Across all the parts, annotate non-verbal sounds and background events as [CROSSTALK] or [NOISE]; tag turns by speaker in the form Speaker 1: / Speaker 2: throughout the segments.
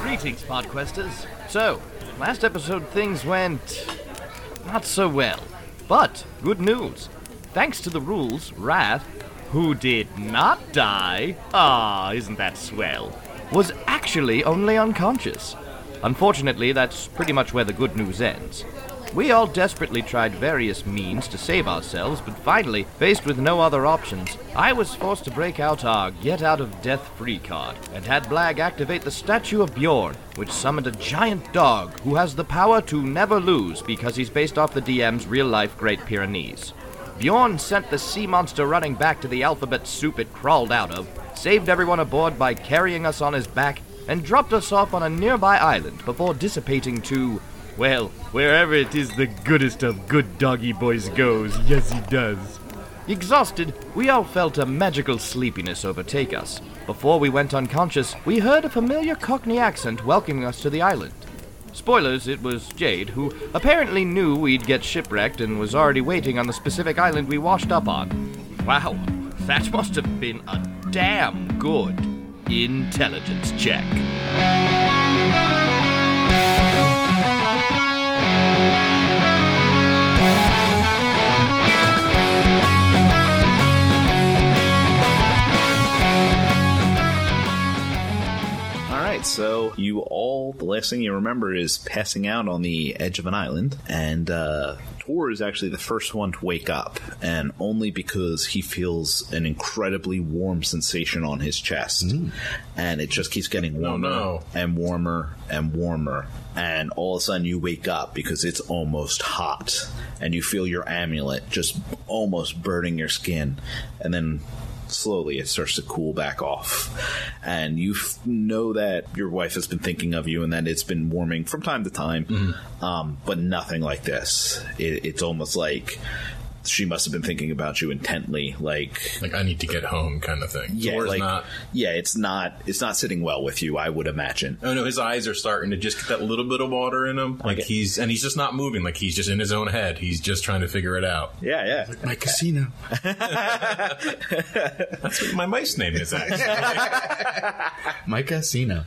Speaker 1: Greetings, Podquesters. So, last episode things went. not so well. But, good news. Thanks to the rules, Wrath, who did not die, ah, isn't that swell, was actually only unconscious. Unfortunately, that's pretty much where the good news ends. We all desperately tried various means to save ourselves, but finally, faced with no other options, I was forced to break out our Get Out of Death free card and had Blag activate the statue of Bjorn, which summoned a giant dog who has the power to never lose because he's based off the DM's real life Great Pyrenees. Bjorn sent the sea monster running back to the alphabet soup it crawled out of, saved everyone aboard by carrying us on his back, and dropped us off on a nearby island before dissipating to, well, wherever it is the goodest of good doggy boys goes. Yes, he does. Exhausted, we all felt a magical sleepiness overtake us. Before we went unconscious, we heard a familiar Cockney accent welcoming us to the island. Spoilers, it was Jade, who apparently knew we'd get shipwrecked and was already waiting on the specific island we washed up on. Wow, that must have been a damn good intelligence check.
Speaker 2: All right, so you all, the last thing you remember is passing out on the edge of an island, and uh, Tor is actually the first one to wake up, and only because he feels an incredibly warm sensation on his chest, and it just keeps getting warmer
Speaker 3: no.
Speaker 2: and warmer and warmer, and all of a sudden you wake up because it's almost hot, and you feel your amulet just almost burning your skin, and then slowly it starts to cool back off and you f- know that your wife has been thinking of you and that it's been warming from time to time
Speaker 4: Mm-hmm.
Speaker 2: um, but nothing like this it, it's almost like she must have been thinking about you intently like
Speaker 3: like I need to get home kind of thing.
Speaker 2: yeah
Speaker 3: Thor's
Speaker 2: like
Speaker 3: not.
Speaker 2: yeah it's not it's not sitting well with you i would imagine
Speaker 3: Oh no, his eyes are starting to just get that little bit of water in him. Like
Speaker 2: Okay.
Speaker 3: he's and he's just not moving. Like he's just in his own head. He's just trying to figure it out.
Speaker 2: yeah yeah
Speaker 5: My casino.
Speaker 3: That's what my wife's name is. Actually. [LAUGHS]
Speaker 5: My casino.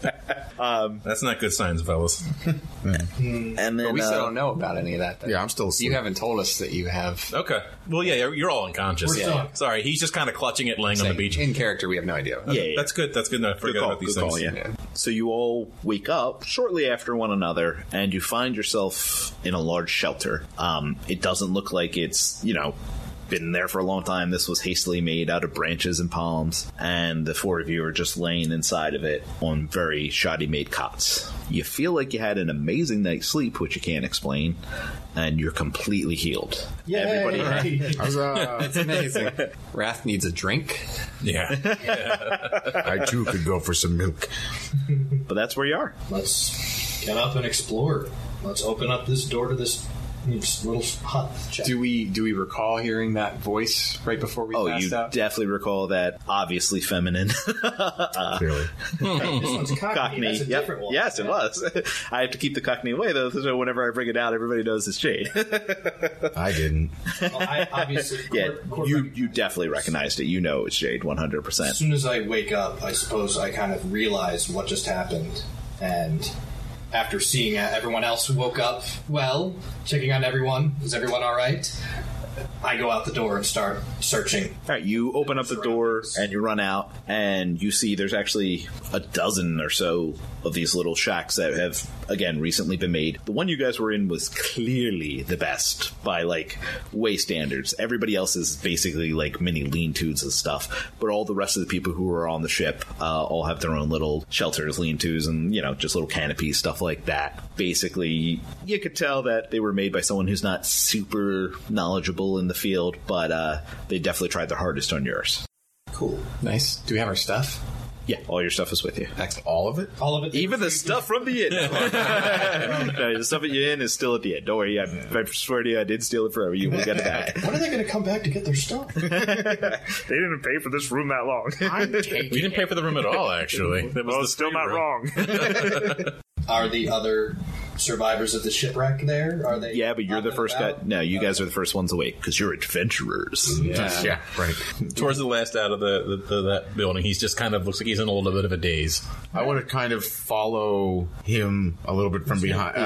Speaker 3: That's not good signs, fellas.
Speaker 2: and then
Speaker 4: But we still
Speaker 2: uh,
Speaker 4: don't know about any of that. Though.
Speaker 5: Yeah, I'm still asleep.
Speaker 4: You haven't told us that you have.
Speaker 3: Okay. Well, yeah, you're, you're all unconscious.
Speaker 4: We're
Speaker 3: yeah.
Speaker 4: still-
Speaker 3: Sorry, he's just kind of clutching it, laying on the beach.
Speaker 4: In character, we have no idea.
Speaker 2: yeah, yeah.
Speaker 3: That's good. That's good enough. Forget about these things.
Speaker 2: yeah. So you all wake up shortly after one another, and you find yourself in a large shelter. Um, it doesn't look like it's you know been there for a long time. This was hastily made out of branches and palms, and the four of you are just laying inside of it on very shoddy made cots. You feel like you had an amazing night's sleep, which you can't explain, and you're completely healed. Yeah, everybody.
Speaker 5: Huzzah.
Speaker 4: It's amazing. Wrath needs a drink.
Speaker 3: Yeah. yeah.
Speaker 5: I too could go for some milk.
Speaker 2: But that's where you are.
Speaker 6: [LAUGHS] Let's get up and explore. Let's open up this door to this little hut. Check.
Speaker 4: Do we do we recall hearing that voice right before we
Speaker 2: Oh,
Speaker 4: passed
Speaker 2: you
Speaker 4: out?
Speaker 2: definitely recall that. Obviously feminine. [LAUGHS]
Speaker 5: Clearly.
Speaker 6: this one's cockney.
Speaker 2: Cockney.
Speaker 6: That's a
Speaker 2: Yep.
Speaker 6: different one.
Speaker 2: Yes, it was. [LAUGHS] I have to keep the Cockney away though, so whenever I bring it out, everybody knows it's
Speaker 6: [LAUGHS]
Speaker 2: Jade.
Speaker 5: I didn't.
Speaker 6: Well,
Speaker 2: [LAUGHS]
Speaker 6: I obviously.
Speaker 2: yeah,
Speaker 6: Cor- Cor-
Speaker 2: you you definitely recognized it. You know it's Jade, one hundred
Speaker 6: As
Speaker 2: percent.
Speaker 6: soon as I wake up, I suppose I kind of realize what just happened, and after seeing uh, everyone else who woke up, well, checking on everyone, is everyone all right? I go out the door and start searching.
Speaker 2: All right, you open up the door and you run out, and you see there's actually a dozen or so of these little shacks that have again recently been made. The one you guys were in was clearly the best by like way standards. Everybody else is basically like mini lean-tos and stuff, but all the rest of the people who are on the ship uh, all have their own little shelters, lean-tos, and you know just little canopies, stuff like that. Basically, you could tell that they were made by someone who's not super knowledgeable in the field, but uh, they definitely tried their hardest on yours.
Speaker 4: Cool. Nice. Do we have our stuff?
Speaker 2: Yeah, all your stuff is with you.
Speaker 4: Excellent. All of it?
Speaker 6: All of it.
Speaker 2: Even the stuff from the [LAUGHS] inn. no, the stuff that you're in is still at the inn. Don't worry, I, I swear to you, I did steal it forever. You will get it [LAUGHS] back.
Speaker 6: When are they going to come back to get their stuff?
Speaker 2: they didn't pay for this room that long.
Speaker 3: We didn't pay for the room at all, actually. That was the
Speaker 2: still
Speaker 3: free room.
Speaker 2: wrong.
Speaker 6: Are the other survivors of the shipwreck there? Are they?
Speaker 2: Yeah, but you're
Speaker 6: up
Speaker 2: the
Speaker 6: and
Speaker 2: first guy.
Speaker 6: about?
Speaker 2: No, you guys are the first ones awake because you're adventurers.
Speaker 4: Yeah.
Speaker 5: right.
Speaker 3: Towards the last out of the, the, the that building, he's just kind of looks like he's in a little bit of a daze.
Speaker 5: [LAUGHS] I want to kind of follow him a little bit from behind. Uh, uh,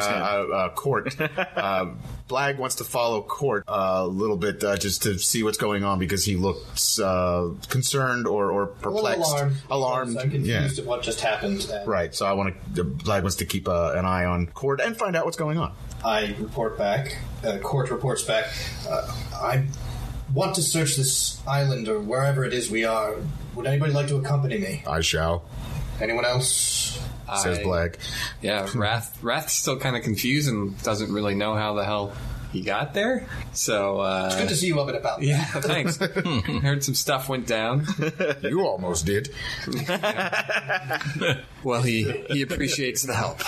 Speaker 5: uh, [LAUGHS] Court. uh, Blag wants to follow Court a little bit uh, just to see what's going on because he looks uh, concerned or, or
Speaker 6: A little
Speaker 5: perplexed.
Speaker 6: alarmed.
Speaker 5: Alarmed.
Speaker 6: I'm confused
Speaker 5: yeah.
Speaker 6: at what just happened. And
Speaker 5: Right. So I want to. Blag wants to keep uh, an eye on Court and find out what's going on.
Speaker 6: I report back. Uh, court reports back. Uh, I want to search this island or wherever it is we are. Would anybody like to accompany me?
Speaker 5: I shall.
Speaker 6: Anyone else?
Speaker 5: Says
Speaker 4: I-
Speaker 5: Blag.
Speaker 4: Yeah, Wrath. Wrath's still kind of confused and doesn't really know how the hell he got there. So,
Speaker 6: Good
Speaker 4: uh,
Speaker 6: to see you up and about.
Speaker 4: yeah, thanks. Heard some stuff went down.
Speaker 5: You almost did.
Speaker 4: Well, he he appreciates the help.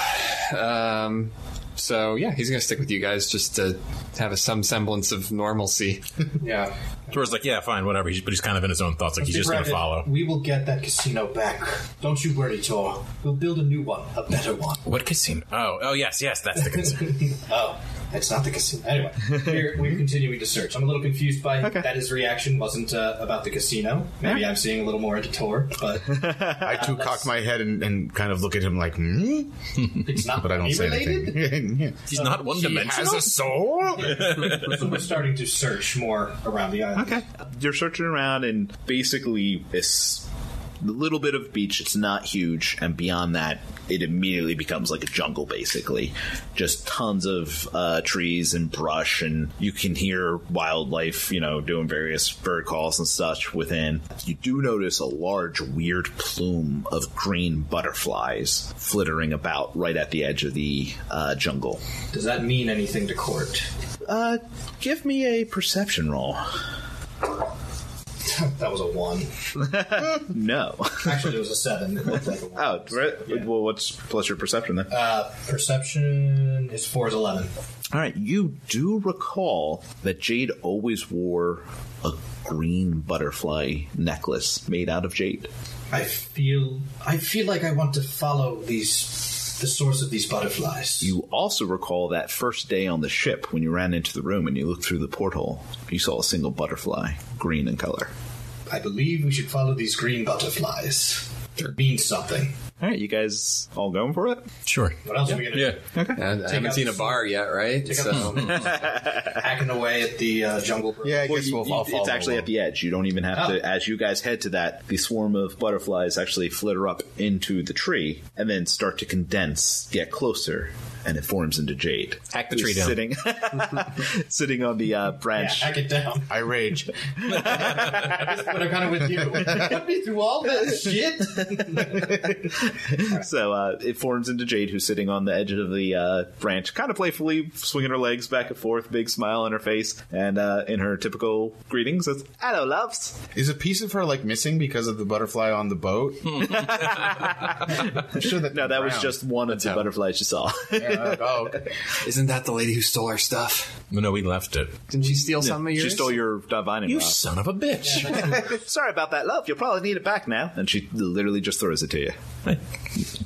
Speaker 4: Um, so yeah, he's gonna stick with you guys just to have a, some semblance of normalcy.
Speaker 6: Yeah.
Speaker 3: Towards like, yeah, fine, whatever. He's, but he's kind of in his own thoughts, like he's just going to
Speaker 6: Brandon,
Speaker 3: follow.
Speaker 6: We will get that casino back. Don't you worry, Tor. We'll build a new one, a better one.
Speaker 3: What casino? Oh, oh yes, yes, that's the casino.
Speaker 6: oh, that's not the casino. Anyway, we're, we're continuing to search. I'm a little confused by that. His reaction wasn't uh, about the casino. Maybe I'm seeing a little more into Tor, but
Speaker 5: I [LAUGHS] too cock my head and, and kind of look at him like, hmm?
Speaker 6: it's not.
Speaker 5: [LAUGHS] But I don't say
Speaker 6: related.
Speaker 5: anything. [LAUGHS] Yeah.
Speaker 3: [LAUGHS] he's not one dimensional.
Speaker 5: soul?
Speaker 6: So we're starting to search more around the island.
Speaker 2: Okay. You're searching around, and basically, it's a little bit of beach. It's not huge, and beyond that, it immediately becomes like a jungle, basically. Just tons of uh, trees and brush, and you can hear wildlife, you know, doing various bird calls and such within. You do notice a large, weird plume of green butterflies flittering about right at the edge of the uh, jungle.
Speaker 6: Does that mean anything to court?
Speaker 2: Uh, give me a perception roll.
Speaker 6: that was a one.
Speaker 2: No.
Speaker 6: Actually, it was a seven. It looked like a
Speaker 5: [LAUGHS]
Speaker 6: one.
Speaker 2: Oh, right. well, what's plus your perception then?
Speaker 6: Uh, perception is four is eleven.
Speaker 2: All right, you do recall that Jade always wore a green butterfly necklace made out of jade.
Speaker 6: I feel I feel like I want to follow these the source of these butterflies.
Speaker 2: You also recall that first day on the ship when you ran into the room and you looked through the porthole, you saw a single butterfly, green in color.
Speaker 6: I believe we should follow these green butterflies. They mean something.
Speaker 2: All right, you guys all going for it?
Speaker 3: Sure.
Speaker 6: What else are we gonna
Speaker 3: Yeah.
Speaker 4: I haven't
Speaker 6: out
Speaker 4: seen a
Speaker 6: the-
Speaker 4: bar yet, right?
Speaker 6: out
Speaker 4: So
Speaker 6: do? Hacking away at the uh, jungle. bird.
Speaker 5: Yeah, I
Speaker 2: Well,
Speaker 5: guess
Speaker 2: you-
Speaker 5: we'll
Speaker 2: you-
Speaker 5: I'll follow
Speaker 2: it's actually
Speaker 5: along.
Speaker 2: at the edge. You don't even have to. As you guys head to that, the swarm of butterflies actually flitter up into the tree and then start to condense, get closer, and it forms into jade.
Speaker 3: Hack the tree down.
Speaker 2: Sitting, [LAUGHS] sitting on the uh,
Speaker 6: Yeah,
Speaker 2: branch.
Speaker 6: hack it down.
Speaker 5: I rage.
Speaker 6: But I'm kind of [LAUGHS] with you. Put me through all this [LAUGHS] shit.
Speaker 2: So uh, it forms into Jade, who's sitting on the edge of the uh, branch, kind of playfully swinging her legs back and forth, big smile on her face, and uh, in her typical greeting says, "Hello, loves."
Speaker 5: Is a piece of her like missing because of the butterfly on the boat? I'm sure that
Speaker 2: No, that was just one of the butterflies you saw. [LAUGHS]
Speaker 5: oh, okay.
Speaker 4: isn't that the lady who stole our stuff?
Speaker 3: No, no, we left it.
Speaker 4: Didn't she steal some of yours?
Speaker 2: she stole your divining
Speaker 3: You
Speaker 2: rod.
Speaker 3: son of a bitch.
Speaker 2: Sorry about that, love. You'll probably need it back now. And she literally just throws it to you.
Speaker 3: [LAUGHS]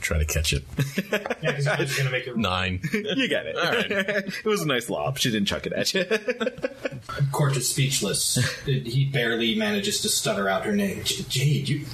Speaker 3: Try to catch it.
Speaker 6: Yeah, because you're just gonna make it.
Speaker 3: Nine.
Speaker 2: You get it. [LAUGHS] it was a nice lob. She didn't chuck it at you. [LAUGHS]
Speaker 6: Court is speechless. he barely manages to stutter out her name. J- Jade, you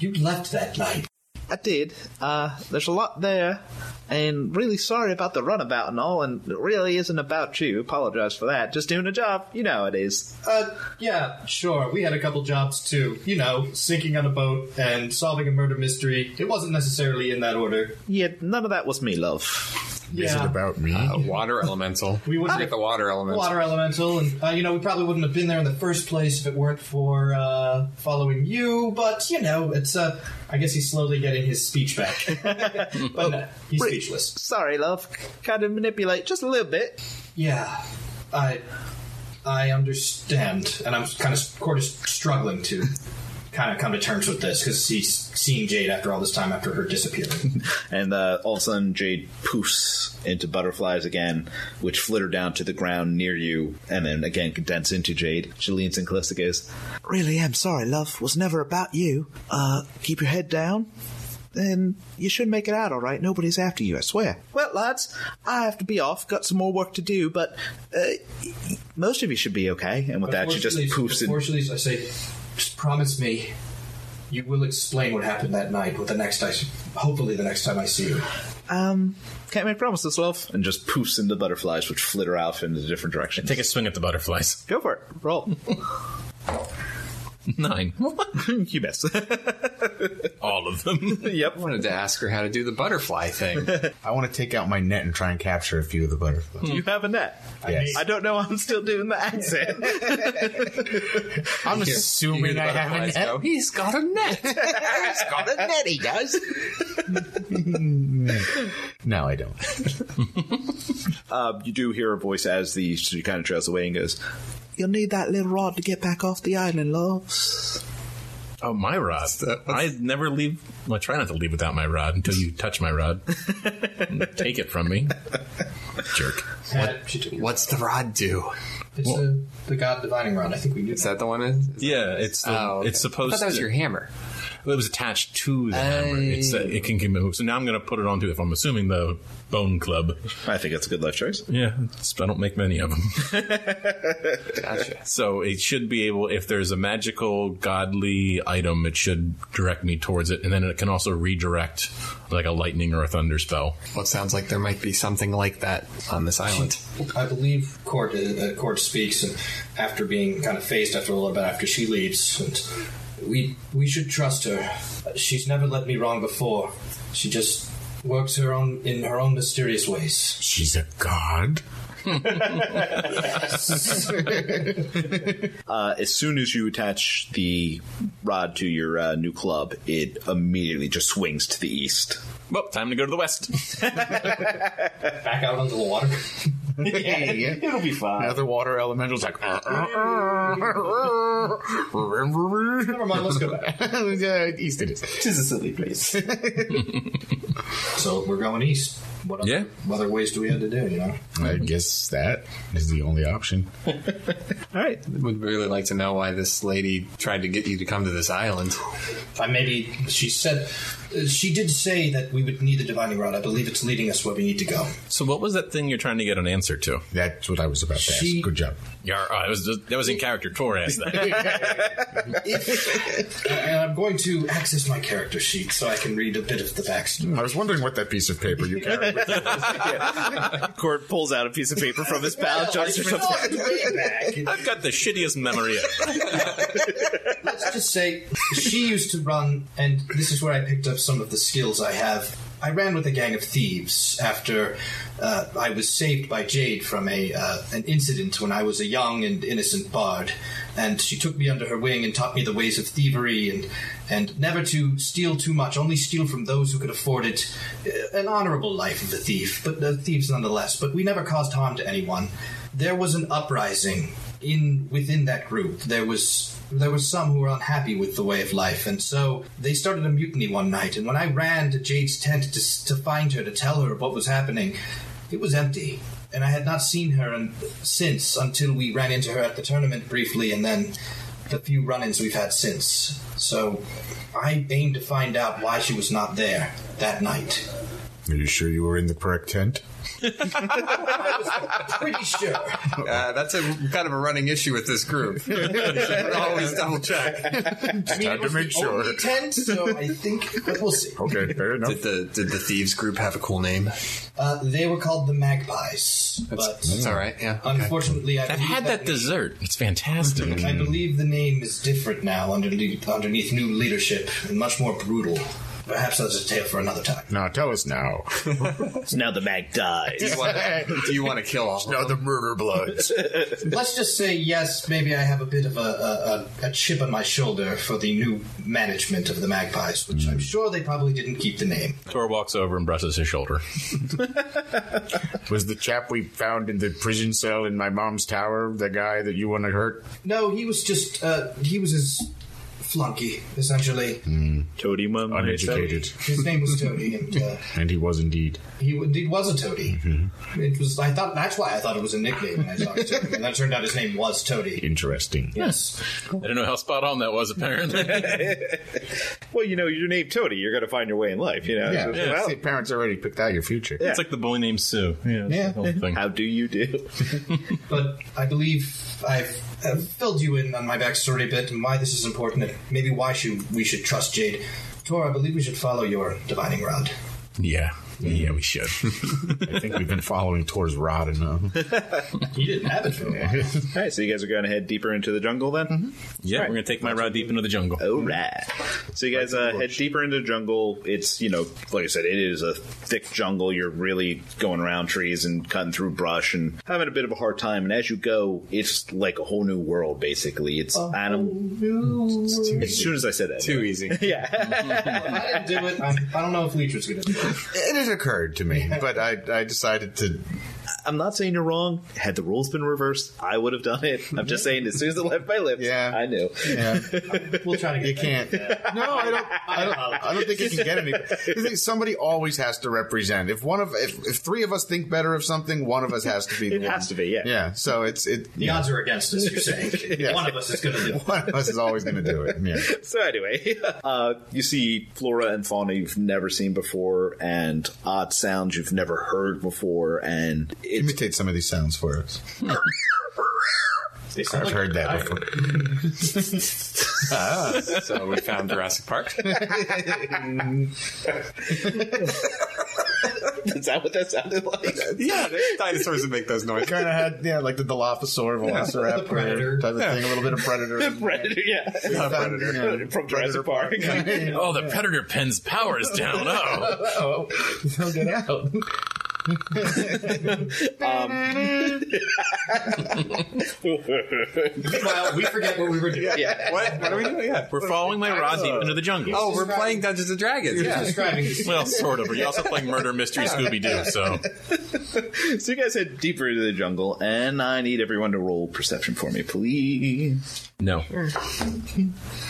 Speaker 6: you left that night.
Speaker 2: I did. Uh, there's a lot there. And really sorry about the runabout and all. And it really isn't about you. Apologize for that. Just doing a job. You know how it is.
Speaker 6: Uh, yeah, sure. We had a couple jobs too. You know, sinking on a boat and solving a murder mystery. It wasn't necessarily in that order.
Speaker 2: Yeah, none of that was me, love.
Speaker 6: Yeah.
Speaker 5: Is it about me?
Speaker 4: A water elemental.
Speaker 6: We wouldn't-
Speaker 4: get the water elemental.
Speaker 6: Water elemental, and uh, you know we probably wouldn't have been there in the first place if it weren't for uh, following you. But you know, it's uh, I guess he's slowly getting his speech back. [LAUGHS] but no, he's
Speaker 2: Pretty-
Speaker 6: speechless.
Speaker 2: Sorry, love. Kind of manipulate just a little bit.
Speaker 6: Yeah, I I understand, and I'm kind of Court is struggling to kind of come to terms with this because he's seeing Jade after all this time after her
Speaker 2: [LAUGHS]
Speaker 6: disappearing.
Speaker 2: And uh, all of a sudden, Jade poofs into butterflies again, which flitter down to the ground near you and then again condense into Jade. She leans in close and goes, Really am sorry, love. Was never about you. Uh, keep your head down. then you should make it out all right. Nobody's after you, I swear. Well, lads, I have to be off. Got some more work to do, but uh, y- y- most of you should be okay. And with that, she just poofs in.
Speaker 6: Unfortunately, I say, just promise me you will explain what happened that night with the next I, hopefully the next time I see you.
Speaker 2: Um, can't make promises, love. And just poofs into butterflies, which flitter off into different directions.
Speaker 3: Take a swing at the butterflies.
Speaker 2: Go for it. Roll.
Speaker 3: Nine.
Speaker 2: [LAUGHS] you miss.
Speaker 3: All of [LAUGHS] them.
Speaker 2: yep.
Speaker 4: I wanted to ask her how to do the butterfly thing.
Speaker 5: I want to take out my net and try and capture a few of the butterflies.
Speaker 2: You have a net.
Speaker 5: Yes.
Speaker 2: I don't know. I'm still doing the [LAUGHS] accent.
Speaker 5: I'm
Speaker 4: You hear
Speaker 5: assuming
Speaker 4: the
Speaker 5: I have a
Speaker 4: butterflies
Speaker 5: net.
Speaker 4: go, He's got a net. He's got a net. He does.
Speaker 5: No, I don't.
Speaker 2: Um, you do hear a voice as the she kind of trails away and goes, "You'll need that little rod to get back off the island, loves."
Speaker 3: Oh, my rod. I never leave. Well, I try not to leave without my rod until you touch my [LAUGHS] rod. And Take it from me. Jerk.
Speaker 6: What? She took it.
Speaker 4: What's the rod do?
Speaker 6: It's the, the God Divining Rod. I think we knew
Speaker 4: Is
Speaker 6: that.
Speaker 4: that the one? Is,
Speaker 3: Yeah, it's the,
Speaker 4: Oh, okay.
Speaker 3: it's supposed
Speaker 4: I thought that was
Speaker 3: to-
Speaker 4: your hammer.
Speaker 3: It was attached to the hammer. It's, uh, it can, can move. So now I'm going to put it onto, if I'm assuming, the bone club.
Speaker 2: I think that's a good life choice.
Speaker 3: Yeah, it's- I don't make many of them.
Speaker 4: Gotcha.
Speaker 3: [LAUGHS] So it should be able, if there's a magical, godly item, it should direct me towards it. And then it can also redirect like a lightning or a thunder spell.
Speaker 4: [LAUGHS] Well, it sounds like there might be something like that on this [LAUGHS] island.
Speaker 6: I believe Court uh, uh, Court speaks, and after being kind of phased after a little bit, after she leaves, and we we should trust her. She's never led me wrong before. She just works her own in her own mysterious ways.
Speaker 5: She's a god.
Speaker 2: Uh, as soon as you attach the rod to your uh, new club, it immediately just swings to the east.
Speaker 3: Well, time to go to the west.
Speaker 6: Back out onto the water.
Speaker 5: It'll be fine. Another water elemental's like, "Uh, uh, uh, remember me?
Speaker 6: [LAUGHS] Never mind. Let's go back.
Speaker 5: yeah, east it is.
Speaker 6: Tis a
Speaker 2: [LAUGHS]
Speaker 6: silly place. so we're going east. What other,
Speaker 3: Yeah.
Speaker 6: what other ways do we have to do? You know.
Speaker 5: I guess that is the only option.
Speaker 4: Would really like to know why this lady tried to get you to come to this island.
Speaker 6: I maybe she said uh, she did say that we would need the divining rod. I believe it's leading us where we need to go.
Speaker 3: [LAUGHS] So what was that thing you're trying to get an answer to?
Speaker 5: That's what I was about to
Speaker 6: She-
Speaker 5: ask. Good job.
Speaker 3: Yar, oh, that was just, that was in character. Torres. That.
Speaker 6: And I'm going to access my character sheet so I can read a bit of the backstory.
Speaker 5: I was wondering what that piece of paper you carried. with you-
Speaker 2: [LAUGHS] Court pulls out a piece of paper from his pouch, jars or something.
Speaker 3: I've got the shittiest memory ever.
Speaker 6: Let's just say she used to run, and this is where I picked up some of the skills I have. I ran with a gang of thieves after uh, I was saved by Jade from a uh, an incident when I was a young and innocent bard, and she took me under her wing and taught me the ways of thievery and and never to steal too much, only steal from those who could afford it. Uh, An honorable life of a thief, but uh, thieves nonetheless. But we never caused harm to anyone. There was an uprising in within that group there was there were some who were unhappy with the way of life and so they started a mutiny one night and when i ran to jade's tent to, s- to find her to tell her what was happening it was empty and i had not seen her and, since until we ran into her at the tournament briefly and then the few run-ins we've had since so i aimed to find out why she was not there that night
Speaker 5: Are you sure you were in the correct tent?
Speaker 6: pretty sure
Speaker 4: Uh, that's a kind of a running issue with this [LAUGHS] group. always double check.
Speaker 6: I mean,
Speaker 5: had
Speaker 6: it
Speaker 5: to
Speaker 6: was
Speaker 5: make
Speaker 6: the
Speaker 5: sure.
Speaker 6: only tent so i think but we'll see
Speaker 5: Okay, fair enough.
Speaker 4: Did the did the thieves group have a cool name?
Speaker 6: Uh, they were called the Magpies,
Speaker 4: It's
Speaker 6: but
Speaker 4: all right. Yeah. okay.
Speaker 6: unfortunately, I
Speaker 3: I've
Speaker 6: believe
Speaker 3: had that dessert. It's fantastic.
Speaker 6: I believe the name is different now underneath, underneath new leadership and much more brutal. Perhaps that's a tale for another time.
Speaker 5: Now tell us now.
Speaker 2: So now the mag
Speaker 5: [LAUGHS]
Speaker 4: Do
Speaker 2: dies.
Speaker 4: you wanna- do you want to kill all? of them?
Speaker 5: Now the murder bloods.
Speaker 6: Let's just say yes. Maybe I have a bit of a, a, a, a chip on my shoulder for the new management of the Magpies, which
Speaker 4: Hmm.
Speaker 6: I'm sure they probably didn't keep the name.
Speaker 3: [LAUGHS] Tor walks over and brushes his shoulder.
Speaker 5: was the chap we found in the prison cell in my mom's tower the guy that you want to hurt?
Speaker 6: No, he was just uh, he was as flunky,
Speaker 4: [LAUGHS]
Speaker 6: essentially.
Speaker 2: Toady Mum.
Speaker 5: Uneducated.
Speaker 6: His name was Toady, and uh,
Speaker 5: And he was indeed.
Speaker 6: he, w- he was a Toady.
Speaker 3: Mm-hmm.
Speaker 6: It was. I thought that's why I thought it was a nickname, and I thought it was Toady, and then it turned out his name was Toady.
Speaker 5: Interesting.
Speaker 6: Yes.
Speaker 3: I don't know how spot on that was, [LAUGHS] apparently.
Speaker 2: Well, you know, your name Toady, you're going to find your way in life, you know.
Speaker 5: Yeah,
Speaker 2: So,
Speaker 5: yeah.
Speaker 2: well,
Speaker 5: See, parents already picked out your future.
Speaker 3: It's like the boy named Sue. Yeah.
Speaker 6: Yeah.
Speaker 3: Whole thing.
Speaker 2: How do you do? [LAUGHS]
Speaker 6: But I believe I've, i filled you in on my backstory a bit and why this is important, and maybe why should, we should trust Jade. Tor, I believe we should follow your divining rod.
Speaker 3: Yeah. Yeah, we should.
Speaker 5: I think we've been following Tor's rod um, enough.
Speaker 6: He didn't have it for a while.
Speaker 2: All right, so you guys are going to head deeper into the jungle then?
Speaker 3: Yeah, we're gonna take my rod deep into the jungle.
Speaker 2: All right. So you guys uh, head deeper into the jungle. It's you know, like I said, it is a thick jungle. You're really going around trees and cutting through brush and having a bit of a hard time. And as you go, it's like a whole new world. Basically, it's animal. As soon as I said that,
Speaker 4: Too [LAUGHS] easy.
Speaker 6: I didn't do it. I'm, I don't know if Leech was going to do it.
Speaker 5: It had occurred to me, but I, I decided to.
Speaker 2: [LAUGHS] I'm not saying you're wrong. Had the rules been reversed, I would have done it. I'm just saying, as soon as it left my lips,
Speaker 5: Yeah.
Speaker 2: I knew.
Speaker 5: Yeah,
Speaker 6: We'll try to get
Speaker 5: you can't. No, I don't. I don't, I don't think you can get any. you think Somebody always has to represent. If one of if, if three of us think better of something, one of us has to be. the
Speaker 2: It has
Speaker 5: one.
Speaker 2: to be, yeah.
Speaker 5: Yeah. So it's it.
Speaker 6: The odds are against us, you're saying.
Speaker 5: Yeah.
Speaker 6: One of us is going to do it.
Speaker 5: [LAUGHS] One of us is always going to do it. Yeah.
Speaker 2: So [LAUGHS] anyway, uh, you see flora and fauna you've never seen before, and odd sounds you've never heard before, [LAUGHS] and it's
Speaker 5: Imitate some of these sounds for us.
Speaker 6: They sound
Speaker 5: I've
Speaker 6: like-
Speaker 5: heard that before.
Speaker 4: Ah, so we found Jurassic
Speaker 5: [LAUGHS]
Speaker 2: Is
Speaker 4: Park.
Speaker 2: that what that sounded like?
Speaker 4: yeah, dinosaurs would make those noises.
Speaker 5: Kind of had yeah, like the Dilophosaur, Velociraptor,
Speaker 4: [LAUGHS]
Speaker 6: The Predator.
Speaker 5: type of thing. A little bit of predator.
Speaker 2: Predator, [LAUGHS] yeah.
Speaker 5: predator.
Speaker 2: From Jurassic Park.
Speaker 3: Oh, the predator pen's power is down. Oh,
Speaker 5: Oh, they'll get
Speaker 3: [LAUGHS]
Speaker 5: out.
Speaker 6: Meanwhile, we forget what we were doing.
Speaker 2: yeah.
Speaker 4: What? What are we doing? Yeah.
Speaker 3: we're following my rod deep into the jungle.
Speaker 4: [LAUGHS] Oh, we're playing Dungeons and Dragons.
Speaker 6: Just
Speaker 4: Yeah.
Speaker 6: Describing
Speaker 3: well, sort of. But you're also playing murder mystery Scooby Doo. So
Speaker 2: So you guys head deeper into the jungle, and I need everyone to roll perception for me, please. [LAUGHS]
Speaker 3: no.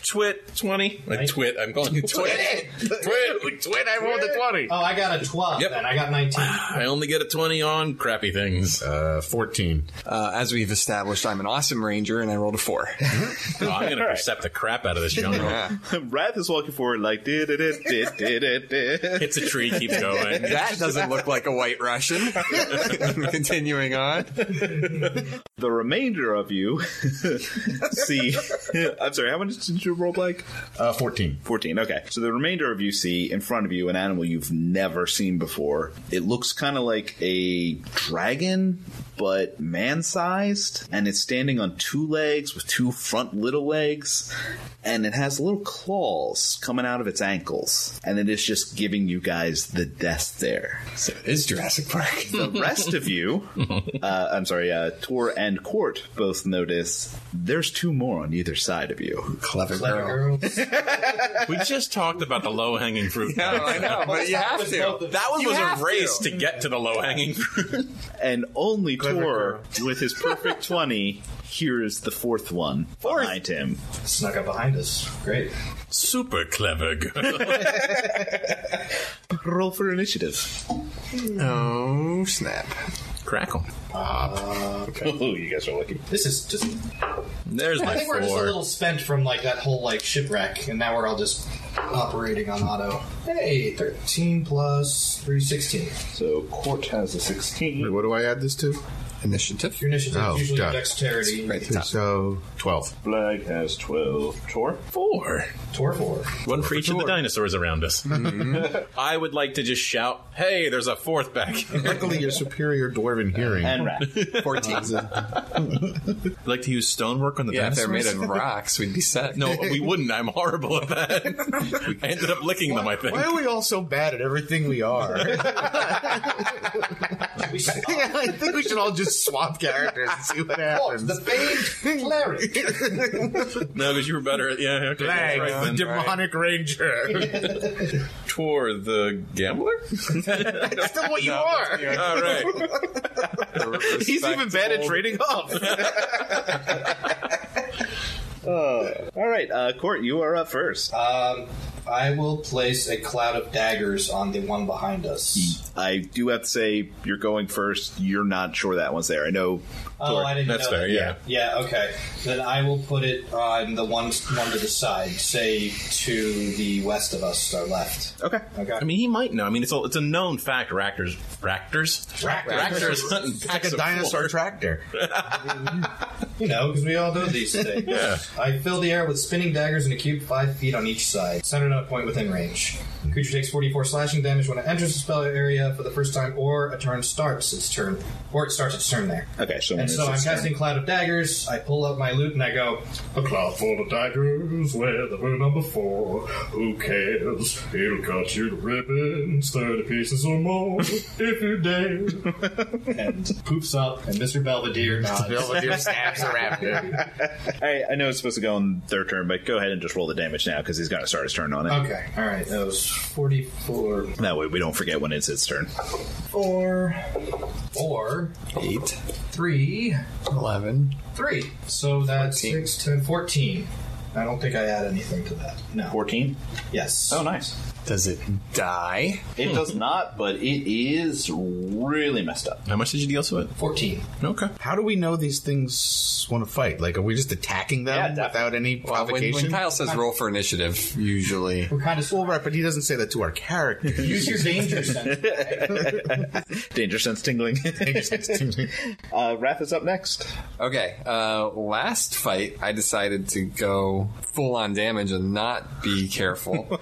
Speaker 3: Twit twenty. Like twit. I'm calling it twit. twit. Twit. I rolled a twenty.
Speaker 6: Oh, I got a 12,
Speaker 3: Yep.
Speaker 6: and I got 19.
Speaker 3: I only get a twenty on crappy things.
Speaker 5: Uh, fourteen.
Speaker 4: Uh, as we've established, I'm an awesome ranger, and I rolled a four.
Speaker 3: Oh, I'm
Speaker 6: [LAUGHS]
Speaker 3: gonna percept the crap out of this jungle.
Speaker 2: Wrath is walking forward like did it did did did.
Speaker 3: Hits a tree, keeps going.
Speaker 4: [LAUGHS] That doesn't look like a white [LAUGHS] Russian. Continuing on.
Speaker 2: [LAUGHS] The remainder of you [LAUGHS] see. [LAUGHS] I'm sorry. How much did you roll, Blake?
Speaker 5: Uh, fourteen.
Speaker 2: 14. Okay. So the remainder of you see in front of you an animal you've never seen before. It looks kind of like a dragon, but man sized, and it's standing on two legs with two front little legs, and it has little claws coming out of its ankles, and it is just giving you guys the death stare.
Speaker 4: So it is Jurassic Park.
Speaker 2: The rest of you, uh, I'm sorry, uh, Tor and Court both notice there's two more on either side of you.
Speaker 4: Clever
Speaker 6: Girl.
Speaker 3: We just talked about the low hanging fruit.
Speaker 4: No, I know, but you have to.
Speaker 3: That one
Speaker 4: You
Speaker 3: was a
Speaker 4: have to.
Speaker 3: race to. get to the low hanging fruit.
Speaker 2: and only Tor, with his
Speaker 6: [LAUGHS]
Speaker 2: perfect 20, hears the fourth one behind him.
Speaker 6: Snuck up behind us. Great.
Speaker 3: Super clever girl.
Speaker 2: Roll for initiative.
Speaker 4: Oh snap!
Speaker 3: [LAUGHS] Crackle.
Speaker 2: Oh, you guys are lucky.
Speaker 6: This is just.
Speaker 3: There's
Speaker 6: I
Speaker 3: my
Speaker 6: think we're just a
Speaker 3: four.
Speaker 6: little spent from like that whole like shipwreck, and now we're all just operating on auto. Hey, thirteen plus three, sixteen.
Speaker 2: So Court has a 16.
Speaker 5: Wait, what do I add this to?
Speaker 4: Initiative.
Speaker 6: Your initiative
Speaker 5: Oh,
Speaker 6: is usually
Speaker 5: got it.
Speaker 6: dexterity.
Speaker 4: Right at the top.
Speaker 5: So twelve.
Speaker 2: Flag has 12. Tor?
Speaker 3: Four.
Speaker 6: Tor four.
Speaker 3: One for each of the dinosaurs around us. [LAUGHS] I would like to just shout, hey, there's a fourth back.
Speaker 5: [LAUGHS]
Speaker 3: I'd
Speaker 5: Luckily, your superior dwarven hearing.
Speaker 2: And Rat.
Speaker 4: Fourteen.
Speaker 3: like to use stonework on the
Speaker 4: yeah, if they're
Speaker 3: dinosaurs.
Speaker 4: made of rocks, we'd be set. [LAUGHS]
Speaker 3: no, we wouldn't. I'm horrible at that. [LAUGHS] I ended up licking them, I think.
Speaker 5: Why are we all so bad at everything we are? [LAUGHS]
Speaker 6: We should-
Speaker 5: I think we should all just swap characters and see what
Speaker 6: Oh,
Speaker 5: happens.
Speaker 6: the famed
Speaker 5: [LAUGHS]
Speaker 6: cleric.
Speaker 3: No, because you were better at. Yeah, okay. that's right
Speaker 5: Right, the
Speaker 3: then.
Speaker 5: demonic ranger.
Speaker 3: Tor, the gambler?
Speaker 5: That's still what you are.
Speaker 3: All right.
Speaker 4: He's
Speaker 2: He's even bad at trading off. Uh, all right, uh, Court, you are up first. Uh,
Speaker 6: Um, I will place a cloud of daggers on the one behind us.
Speaker 3: Hmm.
Speaker 2: I do have to say, you're going first. You're not sure that one's there. I know.
Speaker 6: Oh, I didn't
Speaker 3: That's
Speaker 6: know
Speaker 3: fair,
Speaker 6: that.
Speaker 3: yeah.
Speaker 6: Yeah, okay. Then I will put it on the one, one to the side, say to the west of us, our left.
Speaker 2: Okay.
Speaker 6: Okay.
Speaker 3: I mean, he might know. I mean, it's a, it's a known fact. Raptors, raptors,
Speaker 6: Raptors.
Speaker 3: raptors hunting packs
Speaker 5: Like a
Speaker 3: of
Speaker 5: dinosaur
Speaker 3: four.
Speaker 5: tractor.
Speaker 6: You know, because we all know these things.
Speaker 3: Yeah.
Speaker 6: I fill the air with spinning daggers in a cube five feet on each side, centered on a point within range. Creature takes 44 slashing damage when it enters the spell area for the first time, or a turn starts its turn, or it starts its turn there.
Speaker 2: Okay, so
Speaker 6: And
Speaker 2: it's
Speaker 6: so I'm
Speaker 2: its turn.
Speaker 6: casting Cloud of Daggers. I pull out my loot and I go, A cloud full of daggers, where the were number four. Who cares? It'll cut you to ribbons, 30 pieces or more, if you dare. and poops up, and Mr. Belvedere nods.
Speaker 5: Belvedere snaps a raptor.
Speaker 2: I, I know it's supposed to go on their turn, but go ahead and just roll the damage now because he's got to start his turn on it.
Speaker 6: Okay, alright, that was 44.
Speaker 2: That way we don't forget when it's its turn.
Speaker 6: 4. 4.
Speaker 4: 8,
Speaker 6: 3.
Speaker 4: 11.
Speaker 6: 3. So that's
Speaker 4: 14.
Speaker 6: 6, 10, 14. I don't think I add anything to that. No.
Speaker 2: 14?
Speaker 6: Yes.
Speaker 2: Oh, nice.
Speaker 4: Does it die?
Speaker 2: It does not, but it is really messed up.
Speaker 3: How much did you deal to it?
Speaker 6: 14.
Speaker 3: Okay.
Speaker 5: How do we know these things want to fight? Like, are we just attacking
Speaker 2: Yeah,
Speaker 5: them
Speaker 2: definitely.
Speaker 5: without any
Speaker 4: Well, when,
Speaker 5: provocation?
Speaker 4: when Kyle says roll for initiative, usually.
Speaker 6: We're kind of
Speaker 5: well, right, but he doesn't say that to our character.
Speaker 6: Use your danger sense.
Speaker 2: Danger sense tingling. [LAUGHS] uh, Wrath is up next.
Speaker 4: Okay, uh, last fight, I decided to go full on damage and not be careful.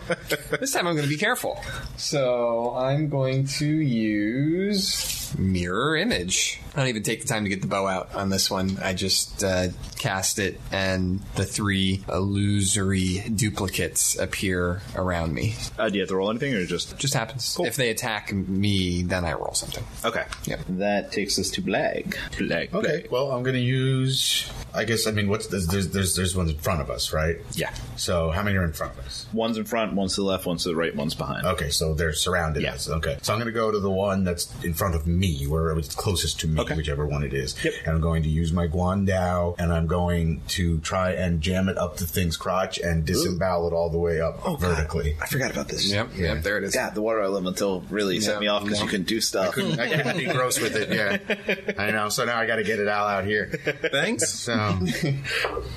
Speaker 4: this time I'm going to be careful. So I'm going to use Mirror Image. I don't even take the time to get the bow out on this one. I just uh, cast it, and the three illusory duplicates appear around me.
Speaker 2: Uh, do you have to roll anything or just.
Speaker 4: Just happens. If they attack me, then I roll something.
Speaker 2: Okay.
Speaker 4: Yep.
Speaker 2: That takes us to Blag. Blag.
Speaker 5: okay, well, I'm going to use. I guess I mean, what's there's, there's there's there's ones in front of us, right?
Speaker 2: Yeah.
Speaker 5: So how many are in front of us?
Speaker 2: One's in front, one's to the left, one's to the right, one's behind.
Speaker 5: Okay, so they're surrounded
Speaker 2: Yeah.
Speaker 5: us. Okay, so I'm going to go to the one that's in front of me, where it was closest to me,
Speaker 2: Okay.
Speaker 5: whichever one it is.
Speaker 2: Yep.
Speaker 5: And I'm going to use my Guandao, and I'm going to try and jam it up the thing's crotch and disembowel it all the way up vertically.
Speaker 2: I forgot about this.
Speaker 4: Yep,
Speaker 5: Yeah.
Speaker 4: yep, there it is.
Speaker 2: God, the water elemental really set
Speaker 4: Yeah.
Speaker 2: me off because you couldn't do stuff.
Speaker 5: [LAUGHS] I gotta be gross with it, yeah. I know. So now I got to get it all out here. [LAUGHS]
Speaker 3: Thanks.
Speaker 5: So,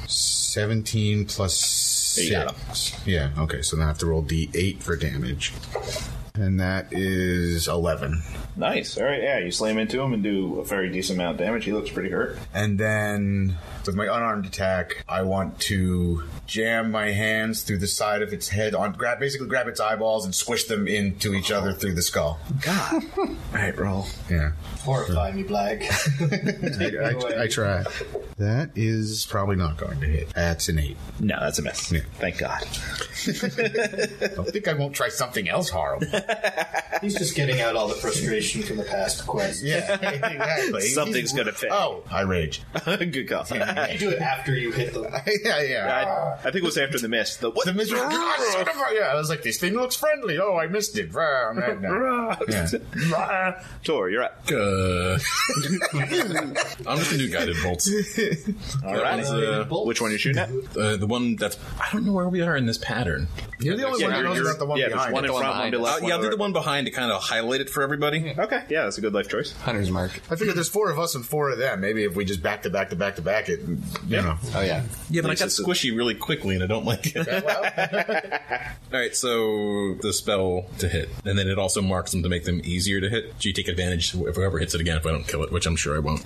Speaker 5: seventeen plus six.
Speaker 2: You got
Speaker 5: Yeah. Okay. So now I have to roll d8 for damage, and that is eleven.
Speaker 2: Nice. All right. Yeah, you slam into him and do a very decent amount of damage. He looks pretty hurt.
Speaker 5: And then with my unarmed attack, I want to jam my hands through the side of its head on grab basically grab its eyeballs and squish them into each other through the skull.
Speaker 2: God. All right, roll.
Speaker 5: Yeah.
Speaker 6: Horrify me, Black.
Speaker 5: I, I, I try. That is probably not going to hit. That's an eight.
Speaker 2: No, that's a miss.
Speaker 5: Yeah.
Speaker 2: Thank God. [LAUGHS]
Speaker 5: I think I won't try something else horrible.
Speaker 6: [LAUGHS] He's just getting out all the frustration from the past quest.
Speaker 5: Yeah,
Speaker 2: [LAUGHS]
Speaker 5: exactly.
Speaker 2: Something's gonna fit.
Speaker 5: Oh, I rage.
Speaker 2: Good call. I,
Speaker 6: [LAUGHS] You do it after you hit the.
Speaker 5: [LAUGHS] yeah, yeah.
Speaker 2: I think it was after the miss. The what?
Speaker 5: the miserable. God,
Speaker 2: [LAUGHS]
Speaker 5: son of a- yeah, Ah, I was like, this thing looks friendly. Oh, I missed it. Rah, nah,
Speaker 2: [LAUGHS]
Speaker 5: nah.
Speaker 2: Yeah. Tor, you're up.
Speaker 3: Uh, [LAUGHS] I'm just gonna do guided bolts.
Speaker 2: All right.
Speaker 3: one's, uh,
Speaker 6: Bolt.
Speaker 2: Which one are you shooting at?
Speaker 3: Uh, the one that's I don't know where we are in this pattern.
Speaker 5: You're the only
Speaker 2: Yeah,
Speaker 5: one
Speaker 2: you're-
Speaker 5: who knows
Speaker 2: you're-
Speaker 5: about the one
Speaker 2: yeah, there's
Speaker 5: behind.
Speaker 2: one in
Speaker 4: The one
Speaker 2: front, one to
Speaker 4: behind.
Speaker 2: left.
Speaker 3: Uh, yeah, I'll do
Speaker 2: to
Speaker 3: the one behind to kind of highlight it for everybody.
Speaker 2: right. Okay. Yeah, that's a good life choice.
Speaker 4: Hunter's mark.
Speaker 5: I figured there's four of us and four of them. Maybe if we just back to back to back to back it, you know.
Speaker 4: Oh, yeah.
Speaker 3: Yeah, but I
Speaker 2: Makes
Speaker 3: got
Speaker 2: it so-
Speaker 3: squishy really quickly, and I don't like it. [LAUGHS] All right, so the spell to hit, and then it also marks them to make them easier to hit. So you take advantage if whoever hits it again if I don't kill it, which I'm sure I won't.